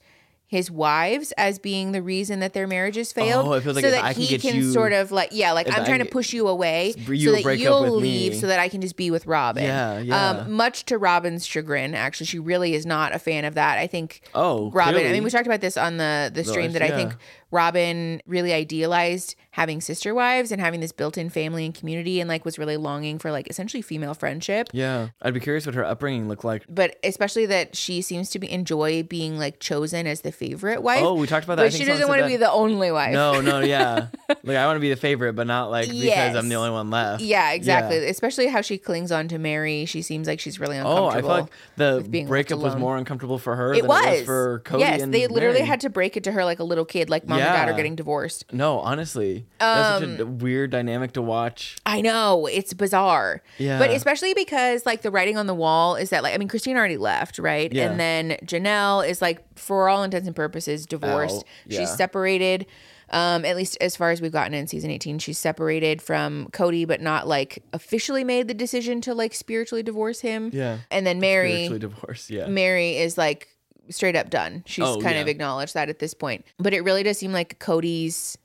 S1: his wives as being the reason that their marriages failed,
S2: Oh, it feels like
S1: so
S2: if
S1: that
S2: I can
S1: he
S2: get
S1: can
S2: you-
S1: sort of like yeah, like
S2: if
S1: I'm
S2: I
S1: trying to
S2: get-
S1: push you away
S2: You
S1: so that
S2: break up
S1: you'll
S2: with
S1: leave,
S2: me.
S1: so that I can just be with Robin.
S2: Yeah, yeah.
S1: Um, much to Robin's chagrin, actually, she really is not a fan of that. I think.
S2: Oh,
S1: Robin. I
S2: clearly.
S1: mean, we talked about this on the the stream that I think
S2: yeah.
S1: Robin really idealized having sister wives and having this built-in family and community, and like was really longing for like essentially female friendship.
S2: Yeah. I'd be curious what her upbringing looked like.
S1: But especially that she seems to be enjoy being like chosen as the favorite wife.
S2: Oh, we talked about that. I
S1: But
S2: think
S1: she
S2: someone
S1: doesn't
S2: said
S1: want to
S2: that.
S1: be the only wife.
S2: No, no, yeah. like I want to be the favorite, but not like because I'm
S1: Yes.
S2: the only one left.
S1: Yeah, exactly. Especially how she clings on to Mary. She seems like she's really
S2: Oh,
S1: uncomfortable.
S2: I feel like
S1: with
S2: the
S1: being left
S2: breakup was
S1: alone.
S2: more uncomfortable for her
S1: it
S2: than
S1: was.
S2: it was for Cody.
S1: yes,
S2: and
S1: they literally
S2: Mary.
S1: had to break it to her like a little kid, like mom and dad are
S2: Yeah.
S1: getting divorced.
S2: No, honestly, that's such a d-
S1: Um,
S2: weird dynamic to watch.
S1: I know it's bizarre,
S2: Yeah.
S1: But especially because like the writing on the wall is that like I mean Christine already left, right?
S2: Yeah.
S1: And then Janelle is like for all intents and purposes divorced.
S2: Out, yeah.
S1: She's separated. Um, at least as far as we've gotten in season 18, she's separated from Cody, but not like officially made the decision to like spiritually divorce him.
S2: Yeah.
S1: And then Mary,
S2: Spiritually divorced. Yeah.
S1: Mary is like straight up done. She's
S2: Oh,
S1: kind
S2: yeah.
S1: of acknowledged that at this point. But it really does seem like Cody's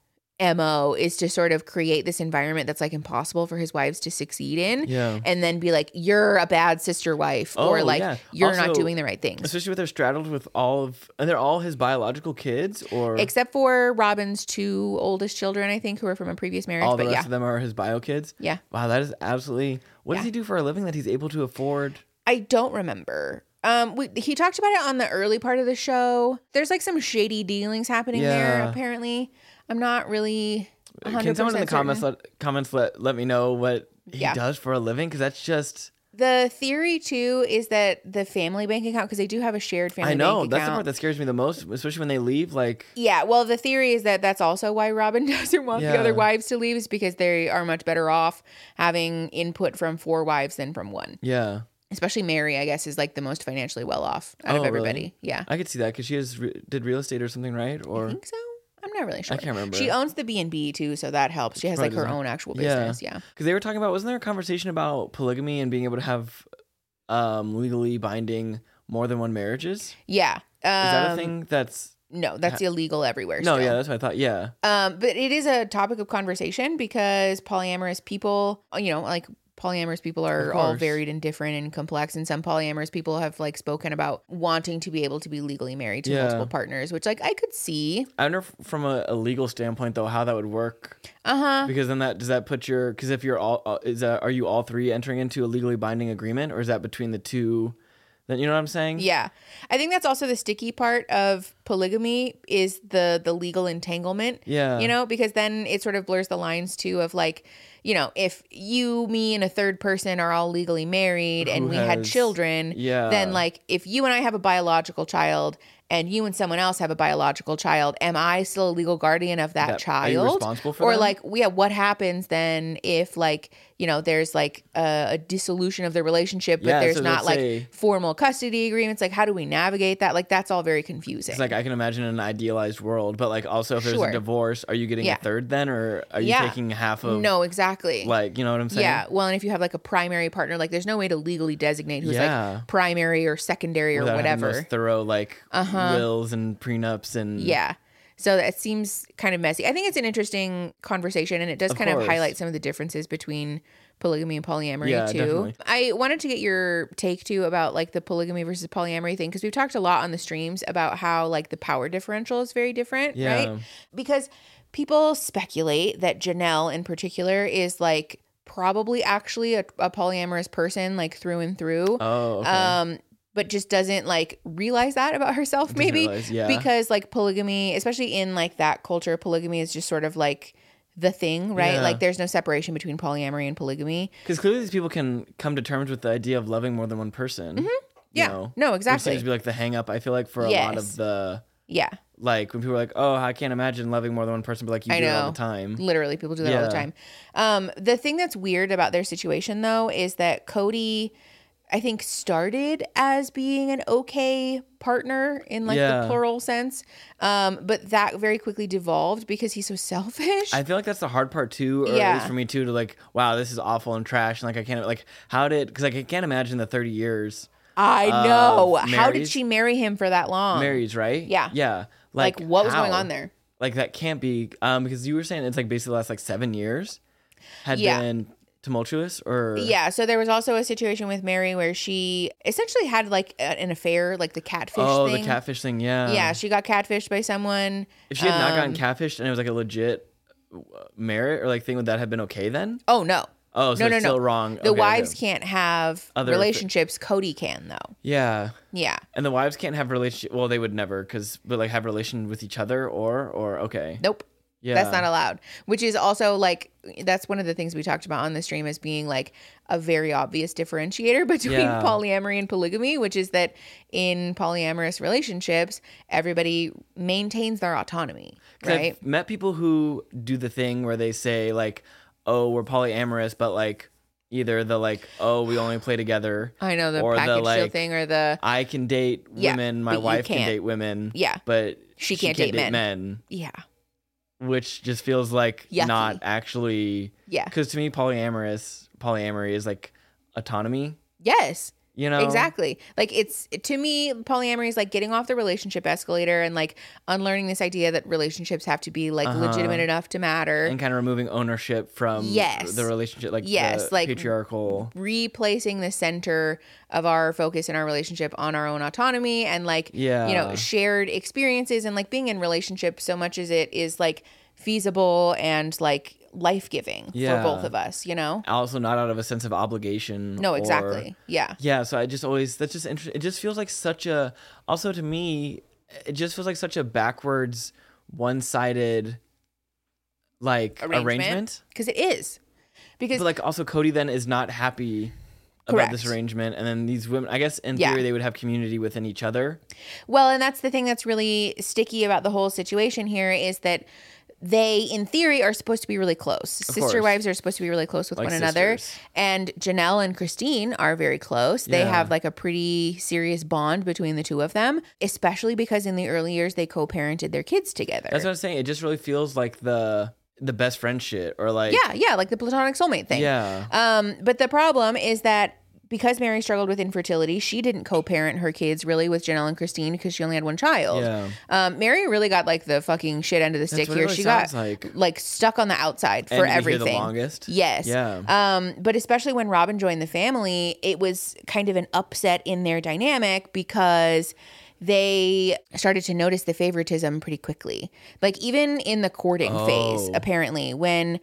S1: MO is to sort of create this environment that's like impossible for his wives to succeed in
S2: Yeah.
S1: and then be like, you're a bad sister wife or
S2: Oh,
S1: like,
S2: yeah.
S1: you're not
S2: Also-
S1: doing the right things.
S2: Especially with they're straddled with all of, and they're all his biological kids, or
S1: Except for Robin's two oldest children, I think, who are from a previous marriage.
S2: all the
S1: but
S2: rest
S1: yeah.
S2: of them are his bio kids.
S1: Yeah.
S2: Wow, that is absolutely. What
S1: Yeah.
S2: does he do for a living that he's able to afford?
S1: I don't remember. Um, we, he talked about it on the early part of the show. There's like some shady dealings happening there.
S2: Yeah.
S1: Apparently, I'm not really. 100%
S2: Can someone in the comments
S1: certain.
S2: let, comments let let me know what he
S1: Yeah.
S2: does for a living? Because that's just.
S1: The theory too is that the family bank account, because they do have a shared family.
S2: I know
S1: bank
S2: that's the
S1: account.
S2: part that scares me the most, especially when they leave. Like,
S1: Yeah, well, the theory is that that's also why Robin doesn't want the
S2: Yeah.
S1: other wives to leave, is because they are much better off having input from four wives than from one.
S2: yeah,
S1: Especially Mary, I guess, is like the most financially well off out of
S2: Oh, really?
S1: everybody. Yeah,
S2: I could see that because she has re- did real estate or something, right?
S1: I
S2: Or
S1: think so. I'm not really sure.
S2: I can't remember.
S1: She owns the B and B too, so that helps. She has like
S2: Probably
S1: her
S2: doesn't-
S1: own actual
S2: Yeah.
S1: business. Yeah.
S2: because they were talking about wasn't there a conversation about polygamy and being able to have um legally binding more than one marriages? Is
S1: yeah,
S2: that a
S1: Um,
S2: thing that's
S1: No, that's illegal everywhere.
S2: no?
S1: still.
S2: Yeah, that's what I thought. Yeah,
S1: Um, but it is a topic of conversation because polyamorous people, you know, like polyamorous people are
S2: Of
S1: all
S2: course.
S1: varied and different and complex. And some polyamorous people have like spoken about wanting to be able to be legally married to
S2: Yeah.
S1: multiple partners, which like I could see.
S2: I wonder f- from a, a legal standpoint though how that would work
S1: Uh huh.
S2: because then that does that put your because if you're all uh, is that are you all three entering into a legally binding agreement or is that between the two? Then you know what I'm saying?
S1: Yeah. I think that's also the sticky part of polygamy is the the legal entanglement.
S2: Yeah.
S1: You know, because then it sort of blurs the lines too of like, you know, if you, me and a third person are all legally married and
S2: Who
S1: we had
S2: has-
S1: children,
S2: Yeah.
S1: then like if you and I have a biological child and you and someone else have a biological child, am I still a legal guardian of that,
S2: That- are
S1: child?
S2: you responsible for
S1: or
S2: them?
S1: like yeah, what happens then if like, you know, there's like a, a dissolution of the relationship but
S2: Yeah,
S1: there's
S2: so
S1: not
S2: let's
S1: like
S2: say-
S1: formal custody agreements like how do we navigate that like that's all very confusing
S2: It's like I can imagine an idealized world, but like also if there's
S1: Sure.
S2: a divorce, are you getting
S1: Yeah.
S2: a third then, or are you
S1: Yeah.
S2: taking half of?
S1: no exactly
S2: like you know what I'm saying?
S1: yeah well and if you have like a primary partner like there's no way to legally designate who's
S2: Yeah.
S1: like primary or secondary or
S2: Without having those
S1: whatever Uh-huh.
S2: thorough like wills and prenups and
S1: yeah so that seems kind of messy i think it's an interesting conversation and it does
S2: Of
S1: kind of
S2: course.
S1: highlight some of the differences between polygamy and polyamory
S2: Yeah,
S1: too
S2: definitely.
S1: i wanted to get your take too about like the polygamy versus polyamory thing because we've talked a lot on the streams about how like the power differential is very different
S2: Yeah.
S1: right because people speculate that Janelle in particular is like probably actually a, a polyamorous person like through and through
S2: Oh, okay.
S1: um but just doesn't like realize that about herself maybe
S2: realize, yeah.
S1: because like polygamy especially in like that culture polygamy is just sort of like the thing right
S2: Yeah.
S1: like there's no separation between polyamory and polygamy
S2: because clearly these people can come to terms with the idea of loving more than one person. you
S1: Mm-hmm. Yeah.
S2: know,
S1: No,
S2: which
S1: exactly.
S2: seems to be like the hang up. I feel like for a lot
S1: Yes.
S2: of the
S1: yeah
S2: like when people are like, oh, I can't imagine loving more than one person, but like you
S1: I
S2: do it all
S1: know.
S2: the time.
S1: Literally, people do that all the
S2: Yeah.
S1: time. Um, the thing that's weird about their situation, though, is that Cody, I think, started as being an okay partner in like the
S2: Yeah.
S1: plural sense, um, but that very quickly devolved because he's so selfish.
S2: I feel like that's the hard part too, or at
S1: Yeah.
S2: least for me too, to like, wow, this is awful and trash, and like I can't like how did because like I can't imagine the thirty years
S1: I
S2: uh,
S1: know. How did
S2: marries-
S1: she marry him for that long?
S2: marries, right?
S1: Uh-huh. yeah.
S2: yeah.
S1: Like, what was going
S2: how?
S1: on there?
S2: Like that can't be um because you were saying it's like basically the last like seven years had
S1: Yeah.
S2: been tumultuous or
S1: Yeah, so there was also a situation with Mary where she essentially had like a- an affair, like the catfish
S2: oh
S1: thing.
S2: the catfish thing yeah
S1: yeah, um, she got catfished by someone.
S2: if she had not gotten catfished and it was like a legit uh, merit or like thing would that have been okay then
S1: Oh no.
S2: Oh, so
S1: no,
S2: it's
S1: no, no.
S2: still wrong.
S1: The
S2: Okay,
S1: wives
S2: okay.
S1: can't have
S2: Other-
S1: relationships. Cody can though.
S2: yeah
S1: Yeah.
S2: and the wives can't have relationship well they would never because but like have relation with each other or or okay
S1: Nope.
S2: yeah
S1: That's not allowed. Which is also like that's one of the things we talked about on the stream as being like a very obvious differentiator between
S2: Yeah.
S1: polyamory and polygamy, which is that in polyamorous relationships, everybody maintains their autonomy,
S2: 'Cause
S1: right?
S2: I've met people who do the thing where they say like, "Oh, we're polyamorous," but like either the like, "Oh, we only play together,"
S1: I know the
S2: or the,
S1: package deal
S2: like,
S1: thing or the
S2: "I can date
S1: Yeah,
S2: women, my
S1: but you
S2: wife can
S1: can't.
S2: date women,"
S1: Yeah.
S2: but
S1: She can't date men. yeah.
S2: which just feels like
S1: Yucky.
S2: not actually
S1: Yeah.
S2: because to me, polyamorous polyamory is like autonomy.
S1: Yes.
S2: You know
S1: Exactly. Like it's to me, polyamory is like getting off the relationship escalator and like unlearning this idea that relationships have to be like legitimate enough to matter.
S2: Uh-huh. and kind of removing ownership from
S1: Yes.
S2: the relationship, like
S1: Yes,
S2: the
S1: like-
S2: patriarchal.
S1: replacing the center of our focus in our relationship on our own autonomy and like you
S2: Yeah.
S1: know shared experiences and like being in relationships so much as it is like feasible and like life-giving
S2: Yeah.
S1: for both of us you know
S2: Also, not out of a sense of obligation.
S1: no
S2: or-
S1: exactly yeah
S2: Yeah, so I just always that's just interesting. It just feels like such a also to me, it just feels like such a backwards, one-sided, like arrangement.
S1: because it is because
S2: But like also Cody then is not happy about this
S1: Correct.
S2: arrangement, and then these women. I guess in
S1: Yeah.
S2: theory they would have community within each other.
S1: Well, and that's the thing that's really sticky about the whole situation here is that they, in theory, are supposed to be really close. Sister
S2: course.
S1: wives are supposed to be really close with
S2: Like
S1: one another.
S2: sisters.
S1: And Janelle and Christine are very close. They
S2: Yeah.
S1: have like a pretty serious bond between the two of them, especially because in the early years they co parented their kids together.
S2: That's what I'm saying. It just really feels like the the best friend shit, or like
S1: yeah, yeah, like the platonic soulmate thing.
S2: yeah,
S1: Um, but the problem is that because Mary struggled with infertility, she didn't co-parent her kids really with Janelle and Christine because she only had one child.
S2: Yeah.
S1: Um, Mary really got like the fucking shit end of the stick
S2: what it
S1: here.
S2: really
S1: she got
S2: sounds like.
S1: stuck on the outside
S2: And
S1: for
S2: was here
S1: everything.
S2: the longest.
S1: Yes.
S2: Yeah.
S1: Um, but especially when Robin joined the family, it was kind of an upset in their dynamic because they started to notice the favoritism pretty quickly. Like even in the courting phase,
S2: Oh.
S1: apparently, when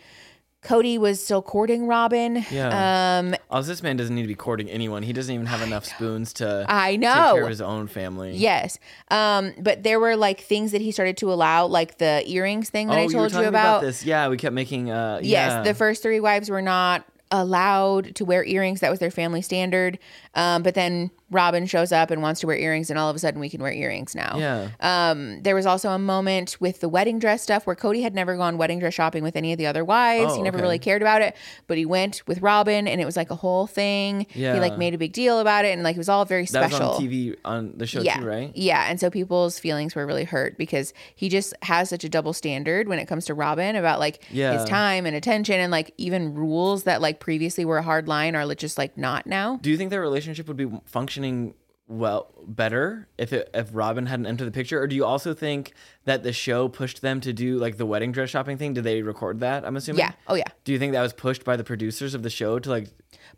S1: Cody was still courting Robin.
S2: Yeah.
S1: Um,
S2: Also, this man doesn't need to be courting anyone. He doesn't even have enough spoons to
S1: I
S2: take care
S1: know.
S2: of his own family.
S1: Yes. Um, but there were like things that he started to allow, like the earrings thing that
S2: oh,
S1: I
S2: you, were
S1: told you,
S2: talking
S1: about.
S2: this. Yeah, we kept making. Uh,
S1: Yes,
S2: yeah.
S1: the first three wives were not allowed to wear earrings. That was their family standard. Um, but then Robin shows up and wants to wear earrings, and all of a sudden we can wear earrings now.
S2: Yeah.
S1: Um, there was also a moment with the wedding dress stuff where Cody had never gone wedding dress shopping with any of the other wives.
S2: Oh,
S1: he never
S2: okay.
S1: really cared about it, but he went with Robin, and it was like a whole thing. He
S2: Yeah.
S1: like made a big deal about it, and like it was all very
S2: that
S1: special.
S2: was on TV on the show too, right?
S1: Yeah, and so people's feelings were really hurt because he just has such a double standard when it comes to Robin about like
S2: Yeah.
S1: his time and attention and like even rules that like previously were a hard line are like, just like not now.
S2: Do you think their relationship would be functioning well better if it, if Robin hadn't entered the picture, or do you also think that the show pushed them to do like the wedding dress shopping thing? Did they record that? I'm assuming.
S1: Yeah. Oh yeah.
S2: Do you think that was pushed by the producers of the show to like?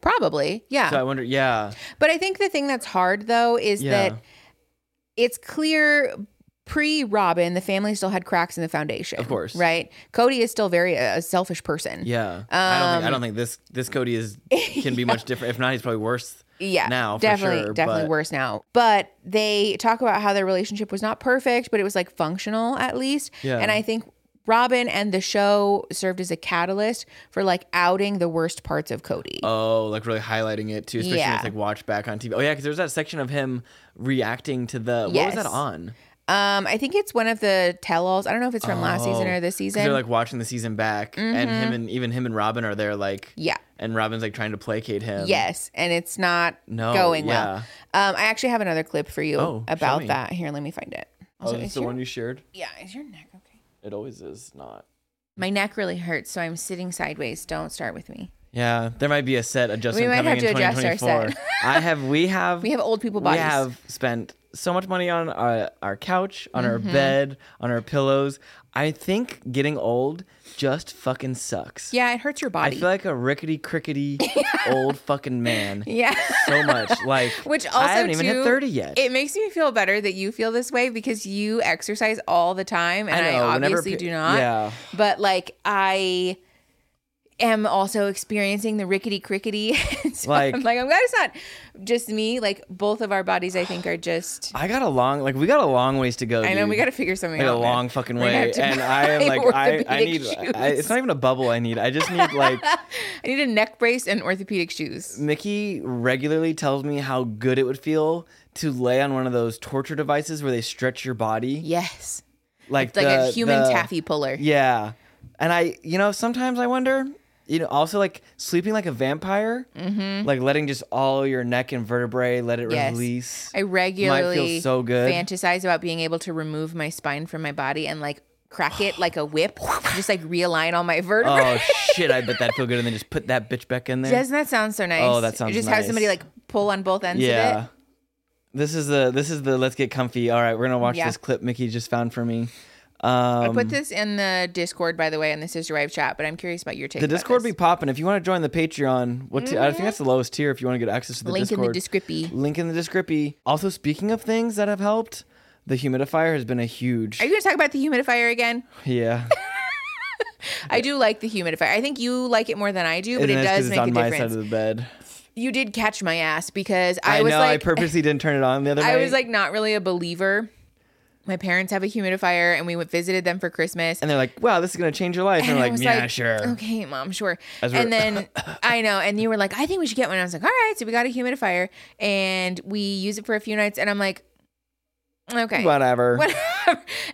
S1: Probably. Yeah.
S2: So I wonder. Yeah.
S1: But I think the thing that's hard though is
S2: Yeah.
S1: that it's clear pre Robin the family still had cracks in the foundation.
S2: Of course.
S1: Right? Cody is still very uh, a selfish person.
S2: Yeah, I don't think I don't
S1: Um,
S2: think this this Cody is can be much different. If not, he's probably worse.
S1: yeah
S2: now for
S1: definitely
S2: sure,
S1: definitely
S2: but-
S1: worse now but they talk about how their relationship was not perfect but it was like functional at least
S2: Yeah.
S1: and i think robin and the show served as a catalyst for like outing the worst parts of cody
S2: Oh, like really highlighting it too, especially when
S1: Yeah.
S2: it's like watched back on TV. Oh yeah, because there's that section of him reacting to the what was
S1: Yes.
S2: that on?
S1: um i think it's one of the tell-alls i don't know if it's from last season
S2: Oh,
S1: or this
S2: 'cause They're
S1: season Mm-hmm.
S2: like watching the season back, and him and even him and Robin are there like
S1: yeah
S2: and Robin's like trying to placate him.
S1: yes and it's not
S2: No,
S1: going well
S2: yeah.
S1: um i actually have another clip for you
S2: Oh, show
S1: about
S2: me.
S1: that here let me find it
S2: Oh,
S1: also,
S2: it's
S1: is
S2: the
S1: your,
S2: one you shared.
S1: yeah is your neck okay
S2: It always is not.
S1: my neck really hurts so i'm sitting sideways don't start with me
S2: Yeah, there might be a set adjustment
S1: might
S2: coming
S1: have
S2: in
S1: to adjust our
S2: 2024.
S1: set.
S2: I have we have
S1: we have old people bodies
S2: We have spent so much money on our, our couch, on our
S1: Mm-hmm.
S2: bed, on our pillows. I think getting old just fucking sucks.
S1: Yeah, it hurts your
S2: I
S1: body.
S2: feel like a rickety crickety old fucking man.
S1: yeah.
S2: So much. Like
S1: Which also
S2: I haven't even hit
S1: too,
S2: thirty yet.
S1: It makes me feel better that you feel this way because you exercise all the time and I,
S2: know, whenever
S1: obviously
S2: pe-
S1: do not.
S2: Yeah.
S1: But like I am also experiencing the rickety crickety. so
S2: Like-
S1: I'm like, I'm glad it's not just me. Like both of our bodies I think are just
S2: I got a long like we got a long ways to go.
S1: I know
S2: dude.
S1: we gotta figure something
S2: like
S1: out.
S2: a
S1: man.
S2: long fucking
S1: gonna
S2: way,
S1: have to
S2: and I am
S1: buy
S2: like I, I
S1: orthopedic
S2: need
S1: shoes.
S2: I, it's not even a bubble I need. I just need like
S1: I need a neck brace and orthopedic shoes.
S2: Mickey regularly tells me how good it would feel to lay on one of those torture devices where they stretch your body,
S1: Yes.
S2: like
S1: Like a
S2: the-
S1: human
S2: the-
S1: taffy puller.
S2: Yeah, and I, you know, sometimes I wonder, you know, also like sleeping like a vampire, like letting just all your neck and vertebrae let it
S1: Mm-hmm. Yes.
S2: release.
S1: I regularly
S2: so good.
S1: fantasize about being able to remove my spine from my body and like crack it like a whip, just like realign all my vertebrae.
S2: Oh shit! I bet that feel good, and then just put that bitch back in there.
S1: Doesn't that sound so nice?
S2: Oh, that sounds
S1: Just have
S2: nice.
S1: somebody like pull on both ends of
S2: yeah.
S1: it.
S2: This is the this is the let's get comfy. All right, we're gonna watch
S1: Yeah.
S2: this clip Mickey just found for me. Um,
S1: Put this in the Discord, by the way, and this is derived chat. But I'm curious about your take.
S2: the
S1: about
S2: Discord
S1: this.
S2: be popping. If you want to join the Patreon, what ti- I think that's the lowest tier. If you want to get access to the
S1: Mm-hmm. link
S2: Discord,
S1: in the Discrippy.
S2: link in the Discrippy. Also, speaking of things that have helped, the humidifier has been a huge.
S1: Are you going to talk about the humidifier again?
S2: yeah,
S1: I do like the humidifier. I think you like it more than I do, but it
S2: And that's 'cause
S1: does
S2: it's
S1: make a
S2: on my
S1: difference.
S2: side of the bed.
S1: you did catch my ass because
S2: I,
S1: I, was
S2: know.
S1: like,
S2: I purposely didn't turn it on the other
S1: I
S2: night.
S1: was like not really a believer. My parents have a humidifier, and we went visited them for Christmas.
S2: and they're like, "Wow, this is gonna change your life." And,
S1: And I
S2: they're like,
S1: was
S2: "Yeah, sure."
S1: Okay, mom, sure.
S2: As
S1: and
S2: we're-
S1: then I know, and you were like, I think we should get one. I was like, all right. So we got a humidifier and we use it for a few nights. And I'm like, okay.
S2: Whatever.
S1: Whatever.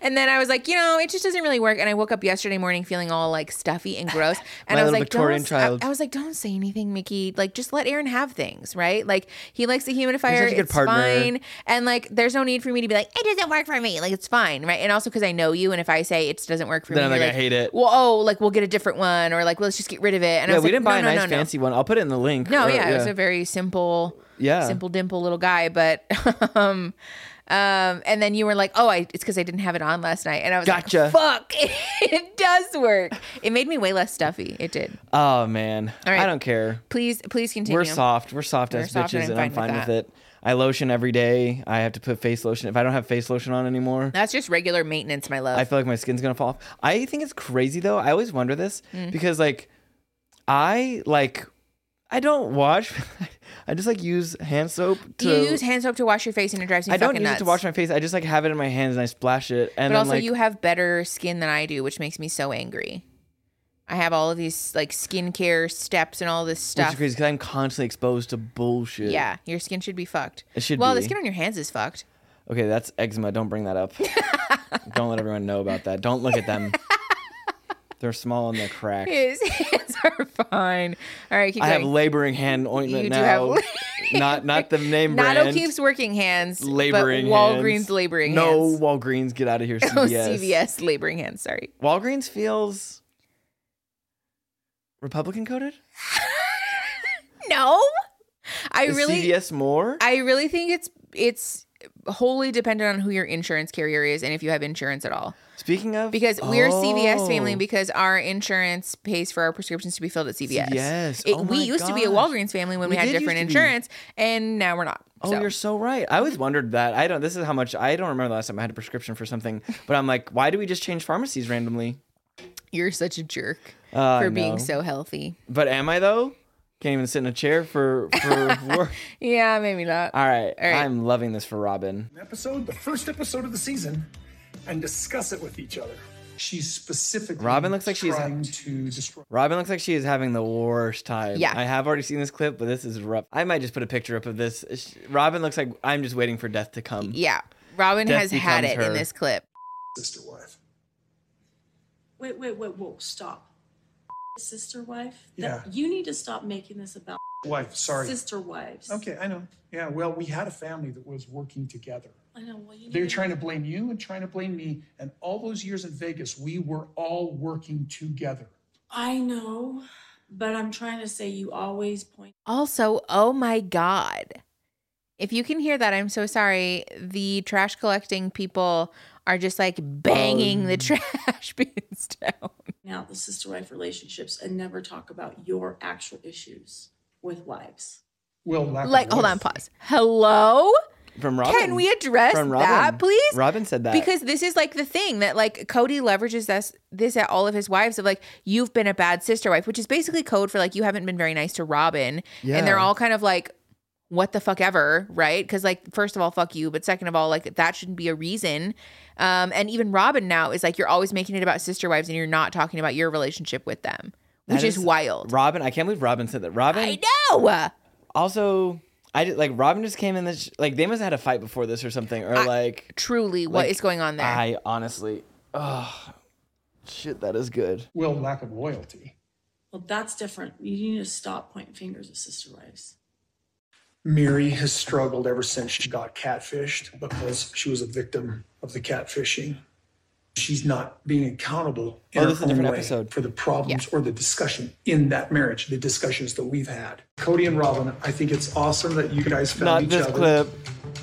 S1: And then I was like, you know, it just doesn't really work. And I woke up yesterday morning feeling all like stuffy and gross. And
S2: My
S1: I was
S2: little
S1: like,
S2: Victorian
S1: don't, I-
S2: child.
S1: I, was like, don't say anything, Mickey. Like, just let Aaron have things, right? Like, he likes the humidifier.
S2: such a good
S1: it's
S2: partner.
S1: fine. And like, there's no need for me to be like, it doesn't work for me. Like, it's fine, right? And also because I know you, and if I say it doesn't work for
S2: Then
S1: me,
S2: I'm
S1: you're
S2: like, I hate it.
S1: Well, oh, like we'll get a different one, or like let's just get rid of it. And I
S2: Yeah,
S1: was
S2: we
S1: like,
S2: didn't buy
S1: no,
S2: a
S1: no,
S2: nice
S1: no, no.
S2: fancy one. I'll put it in the link.
S1: No,
S2: or-
S1: yeah, it was a very simple,
S2: Yeah.
S1: simple dimple little guy. But um, um, and then you were like, oh, I it's because I didn't have it on last night, and I was
S2: Gotcha.
S1: like, fuck, it does work. It made me way less stuffy. It did.
S2: Oh man,
S1: All right.
S2: I don't care.
S1: Please, please continue.
S2: We're soft. We're soft
S1: We're
S2: as
S1: soft and
S2: bitches,
S1: I'm
S2: and I'm
S1: fine
S2: fine
S1: with
S2: with it. I lotion every day. I have to put face lotion. If I don't have face lotion on anymore,
S1: That's just regular maintenance, my love.
S2: I feel like my skin's gonna fall off. I think it's crazy though. I always wonder this
S1: Mm.
S2: because like I like I don't wash. I just like use hand soap. To,
S1: Do you use hand soap to wash your face and it drives me
S2: I don't
S1: fucking
S2: use
S1: nuts?
S2: it to wash my face. I just like have it in my hands and I splash it. And
S1: but
S2: then,
S1: also,
S2: like,
S1: you have better skin than I do, which makes me so angry. I have all of these like skincare steps and all this
S2: which
S1: stuff.
S2: is crazy because I'm constantly exposed to bullshit.
S1: Yeah, your skin should be fucked.
S2: It should
S1: well, the
S2: be.
S1: skin on your hands is fucked.
S2: Okay, that's eczema. Don't bring that up. don't let everyone know about that. Don't look at them. They're small and they're cracked.
S1: His hands are fine. All right, keep
S2: I have
S1: going.
S2: laboring hand ointment
S1: You do have
S2: now. not not the name brand.
S1: Nato keeps working hands.
S2: laboring
S1: but Walgreens
S2: hands.
S1: laboring
S2: no,
S1: hands.
S2: Walgreens, get out of here.
S1: Oh,
S2: CVS.
S1: CVS laboring hands. Sorry.
S2: Walgreens feels Republican coded.
S1: No, I
S2: Is
S1: really,
S2: CVS more.
S1: I really think it's it's wholly dependent on who your insurance carrier is and if you have insurance at all.
S2: Speaking of,
S1: Because we're CVS family
S2: Oh.
S1: because our insurance pays for our prescriptions to be filled at CVS.
S2: CVS.
S1: It,
S2: Oh
S1: we
S2: my
S1: used to be a
S2: gosh.
S1: Walgreens family when we,
S2: We
S1: had
S2: did used
S1: different
S2: to be.
S1: insurance, and now we're not.
S2: Oh,
S1: so.
S2: you're so right. I always wondered that. I don't. This is how much I don't remember the last time I had a prescription for something. But I'm like, why do we just change pharmacies randomly?
S1: You're such a jerk
S2: Uh,
S1: for being
S2: no.
S1: so healthy.
S2: But am I though? Can't even sit in a chair for for work.
S1: Yeah, maybe not.
S2: All right,
S1: All right.
S2: I'm loving this for Robin.
S5: episode, the first episode of the season, and discuss it with each other.
S3: She's specifically
S2: Robin looks like she's-
S3: trying to destroy.
S2: Robin looks like she is having the worst time.
S1: Yeah.
S2: I have already seen this clip, but this is rough. I might just put a picture up of this. Sh- Robin looks like I'm just waiting for death to come.
S1: Yeah, Robin has
S2: Death
S1: had it
S2: becomes
S1: in
S2: her.
S1: this clip.
S3: sister wife.
S6: Wait, wait, wait, whoa, stop. Sister wife?
S3: Yeah.
S6: That- You need to stop making this about
S3: Wife, sorry.
S6: sister wives.
S3: Okay, I know. Yeah, well, we had a family that was working together.
S6: I know, well, you
S3: They were
S6: need to-
S3: trying to blame you and trying to blame me. And all those years in Vegas, we were all working together.
S6: I know, but I'm trying to say you always point.
S1: Also, oh my god. If you can hear that, I'm so sorry. The trash collecting people are just like banging the trash bins down.
S6: Now, the sister wife relationships and never talk about your actual issues with wives.
S3: Well, lack of
S1: Like, hold
S3: wife.
S1: on, pause. Hello?
S2: From Robin.
S1: Can we address
S2: From Robin.
S1: that, please?
S2: Robin said that.
S1: because this is like the thing that like Cody leverages this this at all of his wives of like you've been a bad sister wife, which is basically code for like you haven't been very nice to Robin, and they're
S2: Yeah.
S1: all kind of like what the fuck ever, right? Because like first of all, fuck you, but second of all, like that shouldn't be a reason. Um, and even Robin now is like you're always making it about sister wives and you're not talking about your relationship with them, which
S2: That
S1: is, wild.
S2: Robin, I can't believe Robin said that. Robin
S1: I know.
S2: also I did, like Robin just came in this sh- like they must have had a fight before this or something or like
S1: Truly, what is
S2: Like,
S1: going on there?
S2: I honestly oh shit that is good.
S3: Well, lack of loyalty.
S6: Well, that's different. You need to stop pointing fingers at sister wives.
S5: Mary has struggled ever since she got catfished because she was a victim of the catfishing. she's not being accountable in
S2: Oh,
S5: her
S2: this is a
S5: own
S2: different
S5: way
S2: episode.
S5: for the problems or the discussion in that marriage, the discussions that we've had. Cody and Robin, I think it's awesome that you guys found
S2: Not
S5: each
S2: this
S5: other
S2: clip.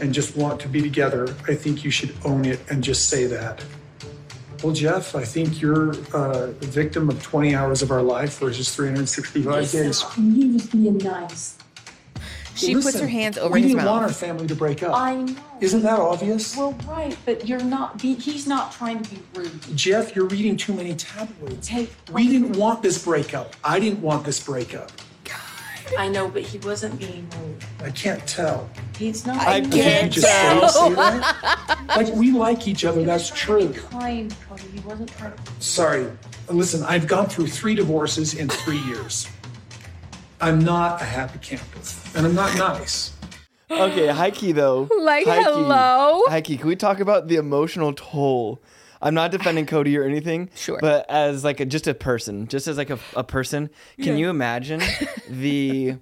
S5: and just want to be together. I think you should own it and just say that. Well, Jeff, I think you're uh, a victim of 20 hours of our life versus 365 days.
S6: Can you just be nice?
S1: She puts her
S5: Listen,
S1: hands over
S5: we
S1: his
S5: didn't want our
S1: mouth.
S5: family to break up.
S6: I know.
S5: Isn't that obvious?
S6: Well, right, but you're not. Be- he's not trying to be rude.
S5: Jeff, you're reading too many tabloids.
S6: Take.
S5: We didn't want this breakup. I didn't want this breakup.
S6: I know, but he wasn't being rude.
S5: I can't tell.
S6: He's not.
S1: I
S6: being
S5: Did you
S1: Can't
S5: just say- say that? Like we like each other.
S6: He was
S5: That's
S6: trying to
S5: true.
S6: be Kind, Cody. He wasn't trying. to-
S5: Sorry. Listen, I've gone through three divorces in three years. I'm not a happy camper, and I'm not nice.
S2: Okay, high key though.
S1: Like,
S2: High key.
S1: hello?
S2: High key. Can we talk about the emotional toll? I'm not defending Cody or anything.
S1: Sure.
S2: But as like a, just a person, just as like a, a person, can you imagine the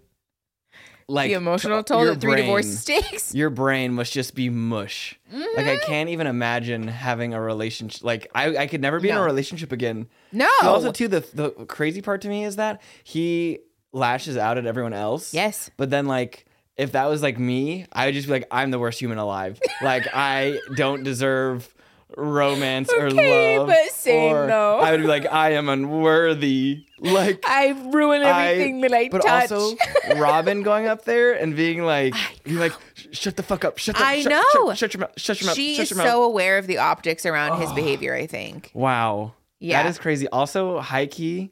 S2: like
S1: The emotional
S2: t-
S1: toll
S2: your
S1: that three
S2: brain-
S1: divorces takes.
S2: Your brain must just be mush. Like
S1: Mm-hmm.
S2: I can't even imagine having a relationship. Like I, I could never be in
S1: No.
S2: a relationship again.
S1: No.
S2: And also, too, the the crazy part to me is that he lashes out at everyone else.
S1: Yes.
S2: But then, like, if that was like me, I would just be like, I'm the worst human alive. like, I don't deserve romance or
S1: Okay,
S2: love.
S1: but same,
S2: or
S1: though.
S2: I would be like, I am unworthy. Like.
S1: I've ruined everything that I
S2: but
S1: touch.
S2: also Robin going up there and being like, being like, "Sh- shut the fuck up, shut the,
S1: I
S2: shut,
S1: know.
S2: shut, shut your mouth, shut your mouth,
S1: she
S2: shut
S1: is
S2: your mouth.
S1: so aware of the optics around his behavior, I think.
S2: Wow.
S1: Yeah.
S2: That is crazy. Also, high key,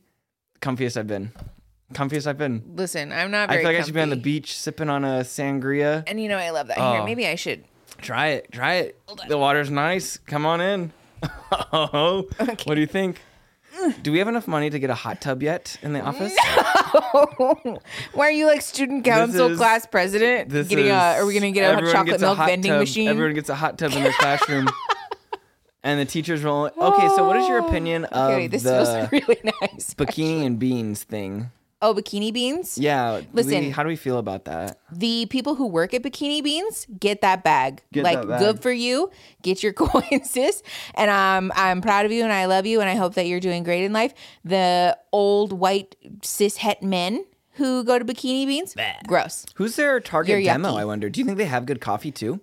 S2: comfiest I've been. Comfiest I've been.
S1: Listen, I'm not
S2: I
S1: very
S2: feel like I should be on the
S1: comfy.
S2: beach sipping on a sangria.
S1: And you know I love that here.
S2: Oh.
S1: Maybe I should.
S2: Try it. Try it. The water's nice. Come on in. oh, What do you think? Do we have enough money to get a hot tub yet in the office?
S1: Why are you like student council
S2: is-
S1: class president?
S2: This
S1: Getting a, uh,
S2: is-
S1: are we gonna get a hot
S2: everyone
S1: chocolate
S2: gets a
S1: milk
S2: hot
S1: vending
S2: tub-
S1: machine?
S2: Everyone gets a hot tub in their classroom. and the teachers will only Okay, so what is your opinion of
S1: okay, wait, this
S2: the
S1: feels really nice.
S2: bikini and beans thing?
S1: Oh, bikini beans?
S2: Yeah. do we-
S1: Listen.
S2: how do we feel about that?
S1: The people who work at Bikini Beans get that bag.
S2: Get
S1: like
S2: that bag.
S1: good for you. Get your coins, sis. And um, I'm proud of you, and I love you, and I hope that you're doing great in life. The old white cis het men who go to Bikini Beans, gross.
S2: Who's their target
S1: You're
S2: demo?
S1: yucky.
S2: I wonder. Do you think they have good coffee too?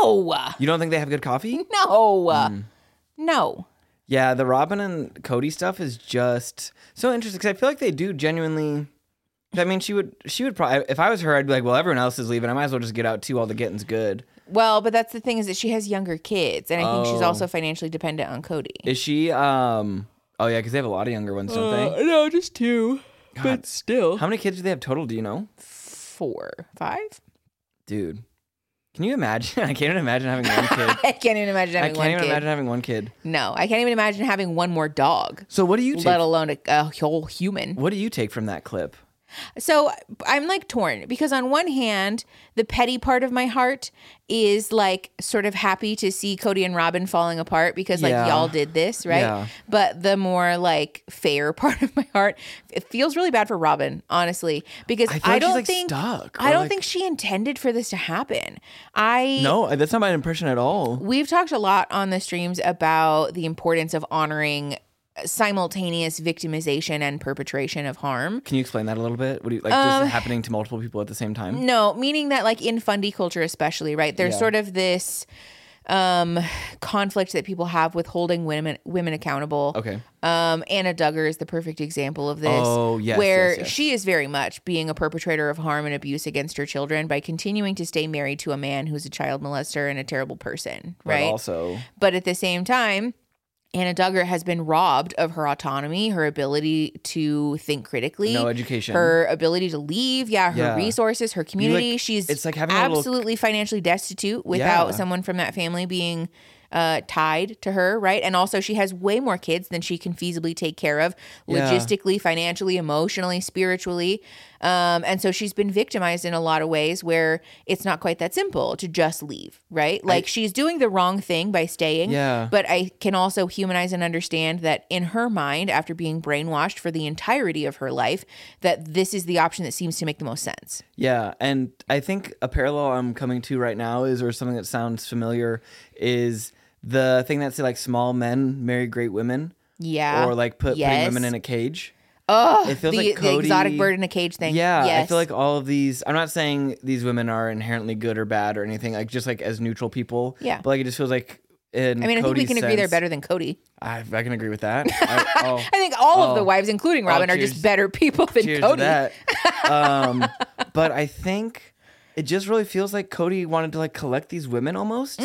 S1: No,
S2: You don't think they have good coffee?
S1: no,
S2: Mm.
S1: no.
S2: Yeah, the Robin and Cody stuff is just so interesting because I feel like they do genuinely. I mean, she would she would probably if I was her, I'd be like, well, everyone else is leaving. I might as well just get out too. All the getting's good.
S1: Well, but that's the thing is that she has younger kids, and I think she's
S2: Oh.
S1: also financially dependent on Cody.
S2: Is she? um Oh yeah, because they have a lot of younger ones, don't they?
S1: no, just two,
S2: God.
S1: still
S2: How many kids do they have total? Do you know,
S1: four, five.
S2: dude? Can you imagine? I can't even imagine having one kid.
S1: I can't even imagine
S2: I
S1: having
S2: can't
S1: one
S2: even
S1: kid.
S2: imagine having one kid.
S1: No, I can't even imagine having one more dog,
S2: So what do you take?
S1: let alone a, a whole human.
S2: what do you take from that clip?
S1: So I'm like torn because on one hand, the petty part of my heart is like sort of happy to see Cody and Robin falling apart because like
S2: Yeah.
S1: y'all did this, right?
S2: Yeah.
S1: But the more like fair part of my heart, it feels really bad for Robin, honestly, because
S2: I
S1: I,
S2: feel like she's,
S1: don't
S2: like,
S1: think
S2: stuck, or,
S1: I don't
S2: like-
S1: think she intended for this to happen. I
S2: No, that's not my impression at all.
S1: We've talked a lot on the streams about the importance of honoring simultaneous victimization and perpetration of harm.
S2: Can you explain that a little bit? What do you like?
S1: Um,
S2: just happening to multiple people at the same time?
S1: No, meaning that like in fundy culture especially, right? There's sort of this um conflict that people have with holding women women accountable.
S2: Okay.
S1: Um, Anna Duggar is the perfect example of this.
S2: Oh, yes,
S1: Where
S2: yes, yes.
S1: she is very much being a perpetrator of harm and abuse against her children by continuing to stay married to a man who's a child molester and a terrible person, right?
S2: But also,
S1: But at the same time, Anna Duggar has been robbed of her autonomy, her ability to think critically,
S2: No education.
S1: her ability to leave, yeah, her
S2: Yeah.
S1: resources, her community.
S2: like-
S1: She's
S2: it's like having a little-
S1: absolutely financially destitute without
S2: Yeah.
S1: someone from that family being uh, tied to her, right? And also, she has way more kids than she can feasibly take care of,
S2: Yeah.
S1: logistically, financially, emotionally, spiritually. Um, and so she's been victimized in a lot of ways where it's not quite that simple to just leave, right? Like she's doing the wrong thing by staying.
S2: Yeah.
S1: But I can also humanize and understand that in her mind, after being brainwashed for the entirety of her life, that this is the option that seems to make the most sense.
S2: yeah, and I think a parallel I'm coming to right now is, or something that sounds familiar, is the thing that said like small men marry great women
S1: Yeah.
S2: or like put pretty women in a cage.
S1: Ah, Ugh,
S2: it feels
S1: the,
S2: like
S1: the exotic
S2: Cody-
S1: bird in a cage thing.
S2: Yeah,
S1: Yes.
S2: I feel like all of these. I'm not saying these women are inherently good or bad or anything. Like just like as neutral people.
S1: Yeah.
S2: but like it just feels like. In
S1: I mean, I think we
S2: Cody's
S1: can agree they're
S2: sense-
S1: better than Cody.
S2: I, I can agree with that. I, oh,
S1: I think all of the
S2: oh,
S1: wives, including Robin, are
S2: cheers.
S1: just better people than
S2: cheers
S1: Cody.
S2: to that. Um, but I think it just really feels like Cody wanted to like collect these women almost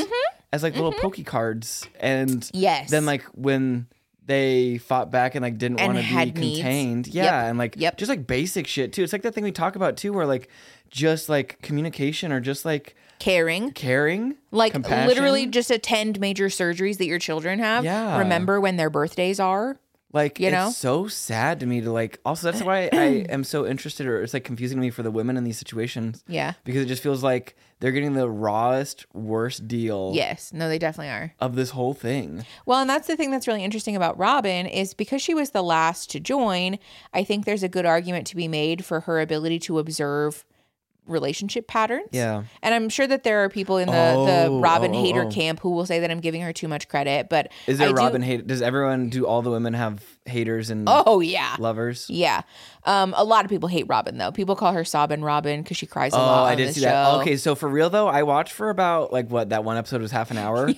S2: as like little pokey cards, and
S1: Mm-hmm. Yes.
S2: then like when they fought back and like didn't
S1: And
S2: want to be
S1: had needs.
S2: contained, yeah,
S1: Yep.
S2: and like
S1: Yep.
S2: just like basic shit too. It's like that thing we talk about too, where like just like communication or just like
S1: Caring.
S2: caring,
S1: Like
S2: compassion.
S1: literally just attend major surgeries that your children have.
S2: Yeah.
S1: Remember when their birthdays are.
S2: Like
S1: You
S2: it's
S1: know?
S2: so sad to me to like. Also, that's why I am so interested, or it's like confusing to me for the women in these situations.
S1: Yeah.
S2: because it just feels like they're getting the rawest, worst deal.
S1: Yes. No, they definitely are.
S2: of this whole thing.
S1: Well, and that's the thing that's really interesting about Robin is because she was the last to join, I think there's a good argument to be made for her ability to observe relationship patterns.
S2: Yeah.
S1: And I'm sure that there are people in the, the
S2: Oh,
S1: Robin
S2: oh, oh,
S1: hater
S2: oh.
S1: camp who will say that I'm giving her too much credit, but
S2: Is there
S1: I
S2: a
S1: do-
S2: Robin hate? Does everyone do all the women have haters and
S1: Oh yeah.
S2: lovers?
S1: Yeah. Um a lot of people hate Robin though. People call her Sobbin Robin because she cries a lot
S2: Oh,
S1: on
S2: I did
S1: the
S2: see
S1: show.
S2: that. Okay, so for real though, I watched for about like what that one episode was half an hour.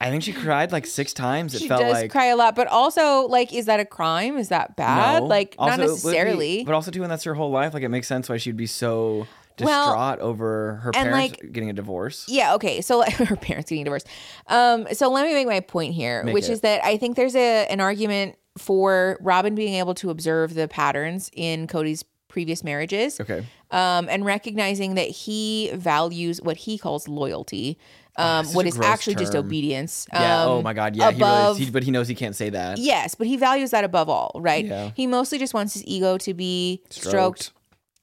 S2: I think she cried like six times. It
S1: She
S2: felt
S1: does
S2: like
S1: cry a lot, but also like is that a crime? Is that bad?
S2: No.
S1: Like
S2: Also,
S1: not
S2: it would be-
S1: necessarily.
S2: but also too, when that's her whole life, like it makes sense why she'd be so
S1: Well,
S2: distraught over her
S1: and,
S2: parents getting a divorce.
S1: Yeah, okay. So like, her parents getting divorced. Um, so let me make my point here, which is
S2: it.
S1: that I think there's a an argument for Robin being able to observe the patterns in Cody's previous marriages.
S2: Okay.
S1: Um, and recognizing that he values what he calls loyalty, um,
S2: Ah, such
S1: what
S2: a
S1: is
S2: gross
S1: actually just
S2: term.
S1: obedience.
S2: Yeah. oh
S1: um,
S2: my God. Yeah.
S1: above-
S2: he really. He, but he knows he can't say that.
S1: Yes, but he values that above all, right?
S2: Yeah.
S1: He mostly just wants his ego to be stroked.
S2: Stroked.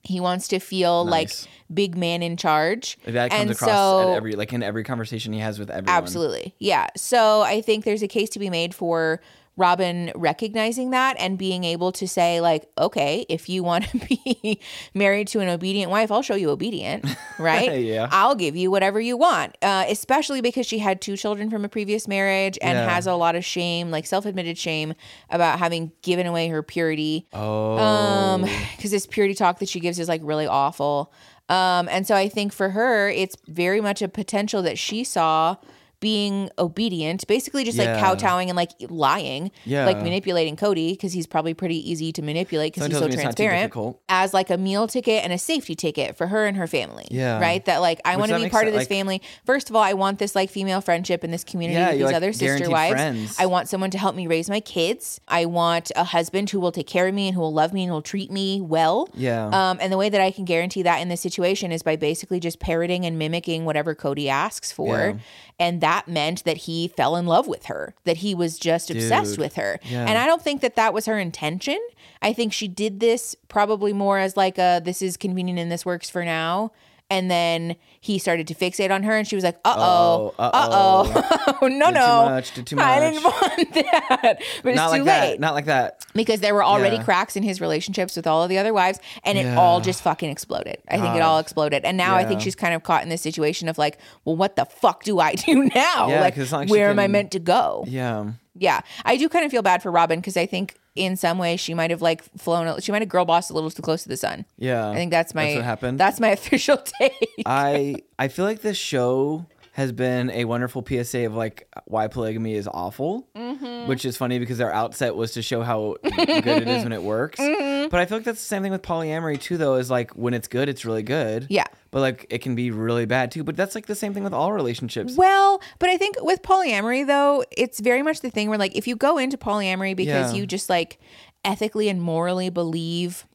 S1: He wants to feel
S2: Nice.
S1: like big man in charge.
S2: That comes
S1: and
S2: across
S1: so,
S2: at every like in every conversation he has with everyone.
S1: Absolutely. Yeah. So I think there's a case to be made for Robin recognizing that and being able to say, like, okay, if you want to be married to an obedient wife, I'll show you obedient, right?
S2: Yeah.
S1: I'll give you whatever you want, uh, especially because she had two children from a previous marriage and
S2: Yeah.
S1: has a lot of shame, like self admitted shame about having given away her purity.
S2: Oh.
S1: Um, because this purity talk that she gives is like really awful. Um, and so I think for her, it's very much a potential that she saw being obedient, basically just like
S2: Yeah.
S1: kowtowing and like lying,
S2: Yeah.
S1: like manipulating Cody because he's probably pretty easy to manipulate because
S2: Someone
S1: he's so
S2: tells me it's not too
S1: transparent.
S2: difficult.
S1: As like a meal ticket and a safety ticket for her and her family.
S2: Yeah.
S1: Right. That like I
S2: Which
S1: want to
S2: that
S1: be
S2: makes
S1: part of
S2: sense,
S1: this
S2: like-
S1: family. First of all, I want this like female friendship and this community
S2: Yeah,
S1: with
S2: you're,
S1: these
S2: like,
S1: other sister
S2: guaranteed
S1: wives.
S2: friends.
S1: I want someone to help me raise my kids. I want a husband who will take care of me and who will love me and who will treat me well.
S2: Yeah.
S1: Um, and the way that I can guarantee that in this situation is by basically just parroting and mimicking whatever Cody asks for.
S2: Yeah.
S1: And that meant that he fell in love with her, that he was just obsessed
S2: Dude.
S1: with her.
S2: Yeah.
S1: And I don't think that that was her intention. I think she did this probably more as like a this is convenient and this works for now. And then he started to fixate on her, and she was like, "Uh oh,
S2: Oh,
S1: uh oh, no,
S2: Did too
S1: no,
S2: much, did too
S1: I didn't
S2: much."
S1: want that." But it's
S2: not
S1: too
S2: like
S1: late
S2: that. Not like that.
S1: because there were already
S2: Yeah.
S1: cracks in his relationships with all of the other wives and it all
S2: Yeah.
S1: just fucking exploded i think it all exploded and now i think
S2: Yeah.
S1: she's kind of caught in this situation of like well what the fuck do i do now
S2: Yeah,
S1: like
S2: 'cause it's not like she
S1: where am i
S2: can-
S1: meant to go
S2: Yeah.
S1: yeah i do kind of feel bad for robin because i think in some way she might have like flown a- she might have girl bossed a little too close to the sun
S2: Yeah.
S1: i think that's my
S2: That's what happened.
S1: that's my official take
S2: I I feel like this show has been a wonderful PSA of like why polygamy is awful,
S1: Mm-hmm.
S2: which is funny because their outset was to show how good it is when it works.
S1: Mm-hmm.
S2: But I feel like that's the same thing with polyamory too, though. Is like when it's good, it's really good.
S1: Yeah.
S2: But like it can be really bad too. But that's like the same thing with all relationships.
S1: Well, but I think with polyamory though, it's very much the thing where like if you go into polyamory because
S2: Yeah.
S1: you just like ethically and morally believe,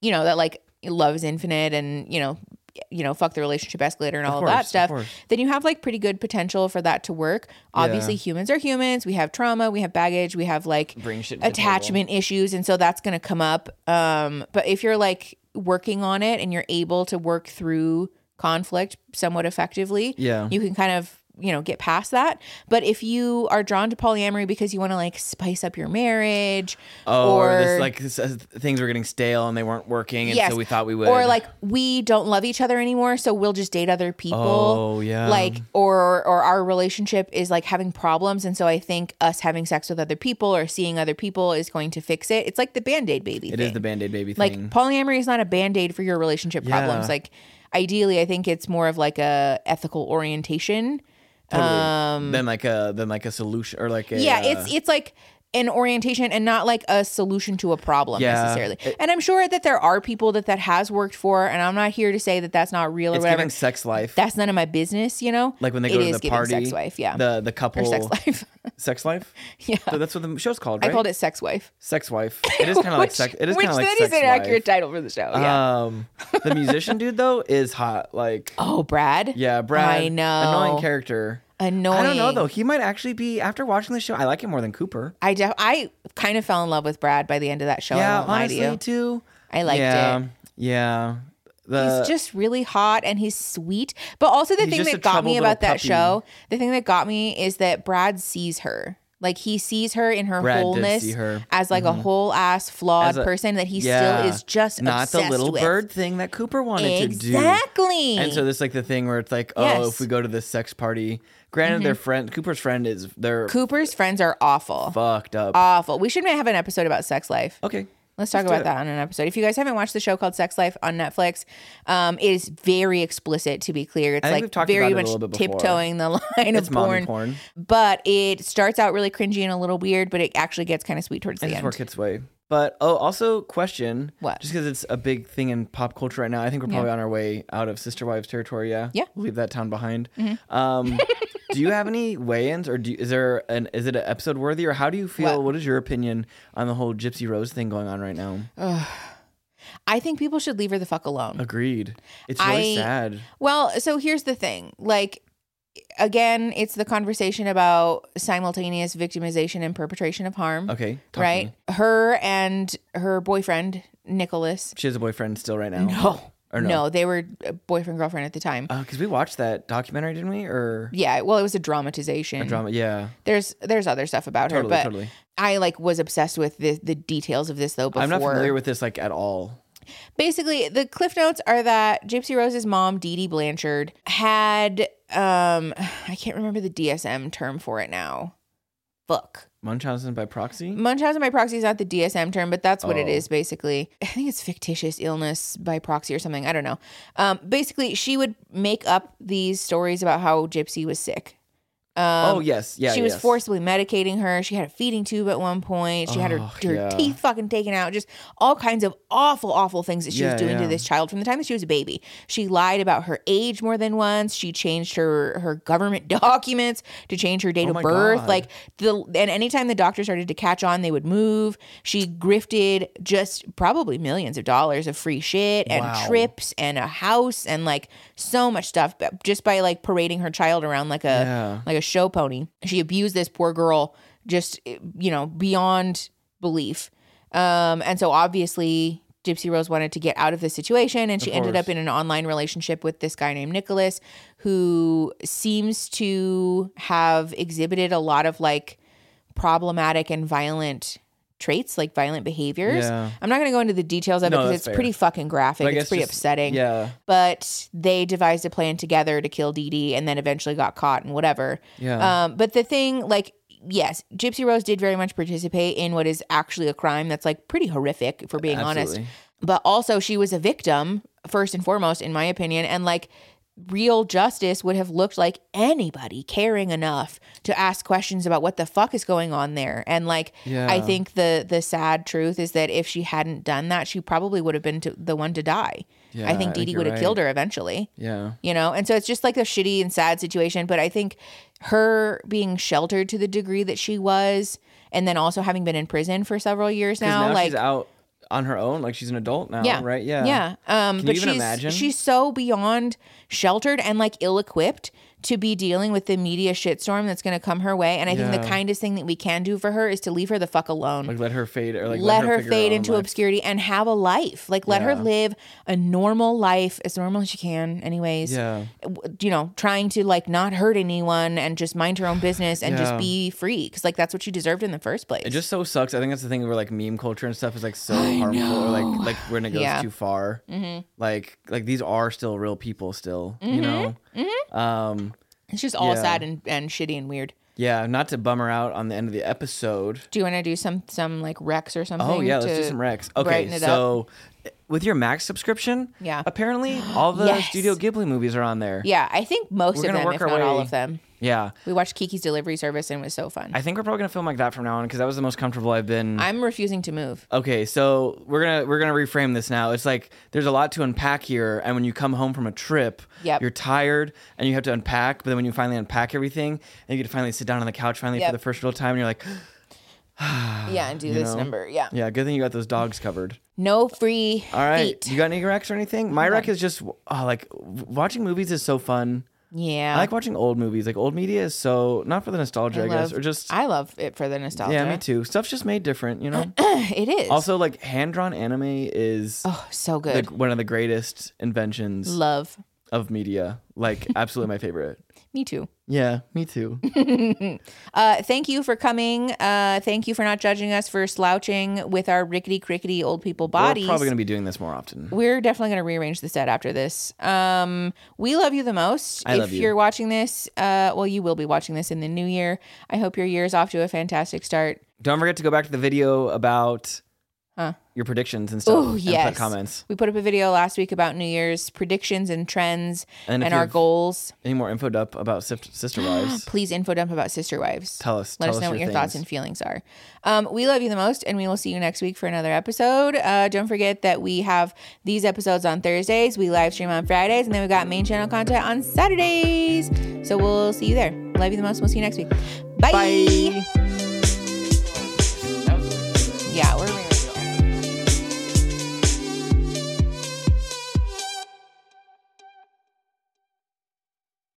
S1: you know, that like love is infinite and, you know, you know, fuck the relationship escalator and all
S2: course,
S1: of that
S2: of
S1: stuff,
S2: course.
S1: then you have like pretty good potential for that to work. Obviously, humans are humans. We have trauma, we have baggage, we have like
S2: Bring shit to the table.
S1: attachment issues and so that's going to come up um but if you're like working on it and you're able to work through conflict somewhat effectively
S2: Yeah.
S1: you can kind of you know get past that but if you are drawn to polyamory because you want to like spice up your marriage
S2: Oh, or, this, like this, uh, things were getting stale and they weren't working, and
S1: yes,
S2: so we thought we would.
S1: or like we don't love each other anymore so we'll just date other people
S2: Oh, yeah.
S1: like or or our relationship is like having problems and so i think us having sex with other people or seeing other people is going to fix it it's like the band-aid baby
S2: it
S1: thing.
S2: is the band aid baby
S1: like
S2: thing.
S1: polyamory is not a band-aid for your relationship problems
S2: Yeah.
S1: like ideally i think it's more of like a ethical orientation
S2: um, then like a then like a solution or like a
S1: yeah,
S2: uh,
S1: it's it's like an orientation and not like a solution to a problem
S2: Yeah.
S1: necessarily. and I'm sure that there are people that that has worked for, and I'm not here to say that that's not real or
S2: it's
S1: whatever.
S2: giving sex life.
S1: that's none of my business, you know.
S2: like when they
S1: It
S2: go
S1: is
S2: to the
S1: giving
S2: party,
S1: sex wife, yeah,
S2: the the couple
S1: or sex life.
S2: sex life?
S1: yeah,
S2: So that's what the show's called,
S1: I
S2: right?
S1: called it sex wife.
S2: sex wife. It is kind of like
S1: Which-
S2: sex. It is
S1: which
S2: kind of like
S1: that
S2: sex
S1: is an
S2: wife.
S1: accurate title for the show. Yeah.
S2: Um, the musician dude though is hot. Like,
S1: oh, Brad.
S2: yeah, Brad.
S1: I know.
S2: Annoying character.
S1: Annoying.
S2: I don't know though. He might actually be after watching the show. I like him more than Cooper.
S1: I def- I kind of fell in love with Brad by the end of that show. I
S2: yeah,
S1: won't lie to
S2: honestly,
S1: you.
S2: too.
S1: I liked
S2: yeah,
S1: it.
S2: Yeah. The,
S1: he's just really hot and he's sweet. But also the
S2: Uh, He's
S1: thing
S2: just a
S1: that got me
S2: troubled little
S1: about that
S2: puppy.
S1: show, the thing that got me is that Brad sees her. Like he sees her in her
S2: Brad did
S1: wholeness
S2: see her. Mm-hmm.
S1: as like a whole ass flawed
S2: As a-
S1: person that he
S2: yeah.
S1: still is just
S2: not the
S1: obsessed
S2: little
S1: with.
S2: bird thing that Cooper wanted to do.
S1: Exactly.
S2: And so there's like the thing where it's like, oh,
S1: Yes. Mm-hmm.
S2: if we go to this sex party, granted, their friend Cooper's friend is they're
S1: Cooper's friends are awful.
S2: fucked up.
S1: Awful. We should have an episode about sex life.
S2: okay,
S1: Let's talk
S2: Oh, do
S1: about
S2: it.
S1: that on an episode. If you guys haven't watched the show called Sex Life on Netflix, um, it is very explicit. To be clear, it's
S2: think
S1: like
S2: we've talked
S1: very
S2: about it a
S1: much
S2: little bit before.
S1: tiptoeing the line
S2: it's
S1: of
S2: mommy
S1: porn,
S2: porn. porn.
S1: but it starts out really cringy and a little weird, but it actually gets kind of sweet towards
S2: And
S1: the
S2: it's
S1: end.
S2: work its way. But oh, also question.
S1: What?
S2: Just because it's a big thing in pop culture right now, I think we're probably on our way out of sister wives territory. Yeah.
S1: Yeah. Mm-hmm.
S2: We'll leave that town behind. Um, do you have any weigh-ins, or do you, is there an is it an episode worthy, or how do you feel?
S1: What?
S2: what is your opinion on the whole Gypsy Rose thing going on right now?
S1: Uh, I think people should leave her the fuck alone.
S2: Agreed. It's really
S1: I-
S2: sad.
S1: Well, so here's the thing. Like, again, it's the conversation about simultaneous victimization and perpetration of harm,
S2: Okay. talk to
S1: right?
S2: me.
S1: Her and her boyfriend, Nicholas.
S2: She has a boyfriend still right now.
S1: No.
S2: Oh, Or no. Uh.
S1: they were boyfriend, girlfriend at the time.
S2: Because we watched that documentary, didn't we? Or
S1: yeah, well, it was a dramatization.
S2: drama? Yeah.
S1: There's there's other stuff about
S2: Totally.
S1: her, but
S2: totally.
S1: I like was obsessed with the the details of this though. Before
S2: I'm not familiar with this like at all.
S1: basically the cliff notes are that gypsy rose's mom dee dee blanchard had um i can't remember the dsm term for it now fuck
S2: Munchausen by proxy.
S1: munchausen by proxy is not the dsm term but that's what it
S2: Oh.
S1: is basically i think it's fictitious illness by proxy or something i don't know um basically she would make up these stories about how gypsy was sick um
S2: oh yes, yeah.
S1: she was
S2: yes.
S1: forcibly medicating her. She had a feeding tube at one point. She had her,
S2: Oh,
S1: her
S2: yeah.
S1: teeth fucking taken out. Just all kinds of awful, awful things that she
S2: Yeah,
S1: was doing
S2: yeah.
S1: to this child from the time that she was a baby. She lied about her age more than once. She changed her her government documents to change her date
S2: Oh
S1: of
S2: my
S1: birth.
S2: God.
S1: Like the and anytime the doctor started to catch on, they would move. She grifted just probably millions of dollars of free shit and
S2: Wow.
S1: trips and a house and like so much stuff but just by like parading her child around like a
S2: Yeah.
S1: like a show pony. She abused this poor girl just you know beyond belief. Um and so obviously Gypsy Rose wanted to get out of this situation and she ended up in an online relationship with this guy named Nicholas who seems to have exhibited a lot of like problematic and violent traits like violent behaviors.
S2: Yeah.
S1: I'm not going to go into the details of it
S2: No,
S1: because
S2: that's
S1: it's
S2: fair.
S1: pretty fucking graphic.
S2: But I
S1: it's
S2: guess
S1: pretty
S2: just-
S1: upsetting
S2: Yeah,
S1: but they devised a plan together to kill Dee Dee and then eventually got caught and whatever.
S2: Yeah.
S1: Um, but the thing, like, yes, Gypsy Rose did very much participate in what is actually a crime that's like pretty horrific, if we're being honest.
S2: Absolutely.
S1: But also, she was a victim, first and foremost, in my opinion. And like, real justice would have looked like anybody caring enough to ask questions about what the fuck is going on there. And like, I
S2: Yeah.
S1: think the the sad truth is that if she hadn't done that, she probably would have been to, the one to die.
S2: Yeah,
S1: I
S2: I
S1: think Dee
S2: think
S1: Dee
S2: you're
S1: would have
S2: right.
S1: killed her eventually,
S2: yeah.
S1: you know? And so it's just like a shitty and sad situation. But I think her being sheltered to the degree that she was, and then also having been in prison for several years
S2: 'Cause
S1: now, like,
S2: she's out on her own. Like she's an adult now.
S1: yeah,
S2: Right. Yeah.
S1: yeah. Um,
S2: Can you
S1: but
S2: even
S1: she's
S2: imagine?
S1: she's so beyond sheltered and like ill equipped to be dealing with the media shitstorm that's going to come her way. And I think the
S2: Yeah.
S1: kindest thing that we can do for her is to leave her the fuck alone.
S2: Like let her fade or like
S1: let, her,
S2: figure
S1: fade
S2: own
S1: into
S2: life.
S1: obscurity and have a life. Like let her
S2: Yeah.
S1: live a normal life as normal as she can, anyways.
S2: Yeah.
S1: W- You know, trying to like not hurt anyone and just mind her own business and just
S2: Yeah.
S1: be free because like that's what she deserved in the first place.
S2: It just so sucks. I think that's the thing where like meme culture and stuff is like so harmful or like like when it goes
S1: Yeah. Mm-hmm.
S2: too far. Like like these are still real people still, you know. Um
S1: it's just all
S2: yeah.
S1: sad and, and shitty and weird.
S2: yeah, not to bummer out on the end of the episode.
S1: Do you want to do some some like Rex or something?
S2: Oh yeah,
S1: to
S2: let's do some Rex. Okay,
S1: brighten it
S2: so with your Max subscription,
S1: Yeah.
S2: apparently all the
S1: Yes.
S2: Studio Ghibli movies are on there.
S1: Yeah, I think most
S2: We're
S1: of
S2: gonna
S1: them,
S2: work
S1: if
S2: our
S1: not all
S2: way-
S1: of them.
S2: yeah.
S1: We watched Kiki's Delivery Service and it was so fun.
S2: I think we're probably gonna film like that from now on because that was the most comfortable I've been.
S1: I'm refusing to move.
S2: okay, so we're gonna we're gonna reframe this now. It's like there's a lot to unpack here, and when you come home from a trip,
S1: Yep.
S2: you're tired and you have to unpack. But then when you finally unpack everything, and you get to finally sit down on the couch finally
S1: Yep.
S2: for the first real time, and you're like,
S1: yeah, and do this
S2: know?
S1: number. Yeah.
S2: yeah, good thing you got those dogs covered.
S1: No free
S2: All right,
S1: feet.
S2: you got any recs or anything? My rec is just oh, like w- watching movies is so fun.
S1: Yeah.
S2: I like watching old movies. Like old media is so not for the nostalgia, I, guess,
S1: love-
S2: or just
S1: I love it for the nostalgia.
S2: yeah, me too. Stuff's just made different, you know.
S1: It is
S2: also, like hand drawn anime is
S1: oh, so
S2: the,
S1: good.
S2: one of the greatest inventions
S1: love
S2: of media. Like absolutely my favorite.
S1: me too.
S2: Yeah, me too.
S1: Uh, thank you for coming. Uh, thank you for not judging us for slouching with our rickety crickety old people bodies.
S2: We're probably gonna be doing this more often.
S1: We're definitely going to rearrange the set after this. Um, we love you the most.
S2: I
S1: if
S2: love you.
S1: are watching this, uh, well, you will be watching this in the new year. I hope your year's off to a fantastic start.
S2: Don't forget to go back to the video about
S1: Huh.
S2: your predictions and stuff.
S1: Ooh,
S2: and put
S1: Oh, yes.
S2: Oh, comments.
S1: We put up a video last week about New Year's predictions and trends
S2: And
S1: and,
S2: if you
S1: our
S2: have-
S1: goals.
S2: Any more info up about Sif- Sister Wives?
S1: Please info dump about Sister Wives.
S2: Tell us.
S1: Let
S2: tell
S1: us know what your
S2: things.
S1: thoughts and feelings are. Um, we love you the most, and we will see you next week for another episode. Uh, don't forget that we have these episodes on Thursdays, we live stream on Fridays, and then we got main channel content on Saturdays. So we'll see you there. Love you the most. We'll see you next week. Bye.
S2: Bye.
S1: Yeah, we're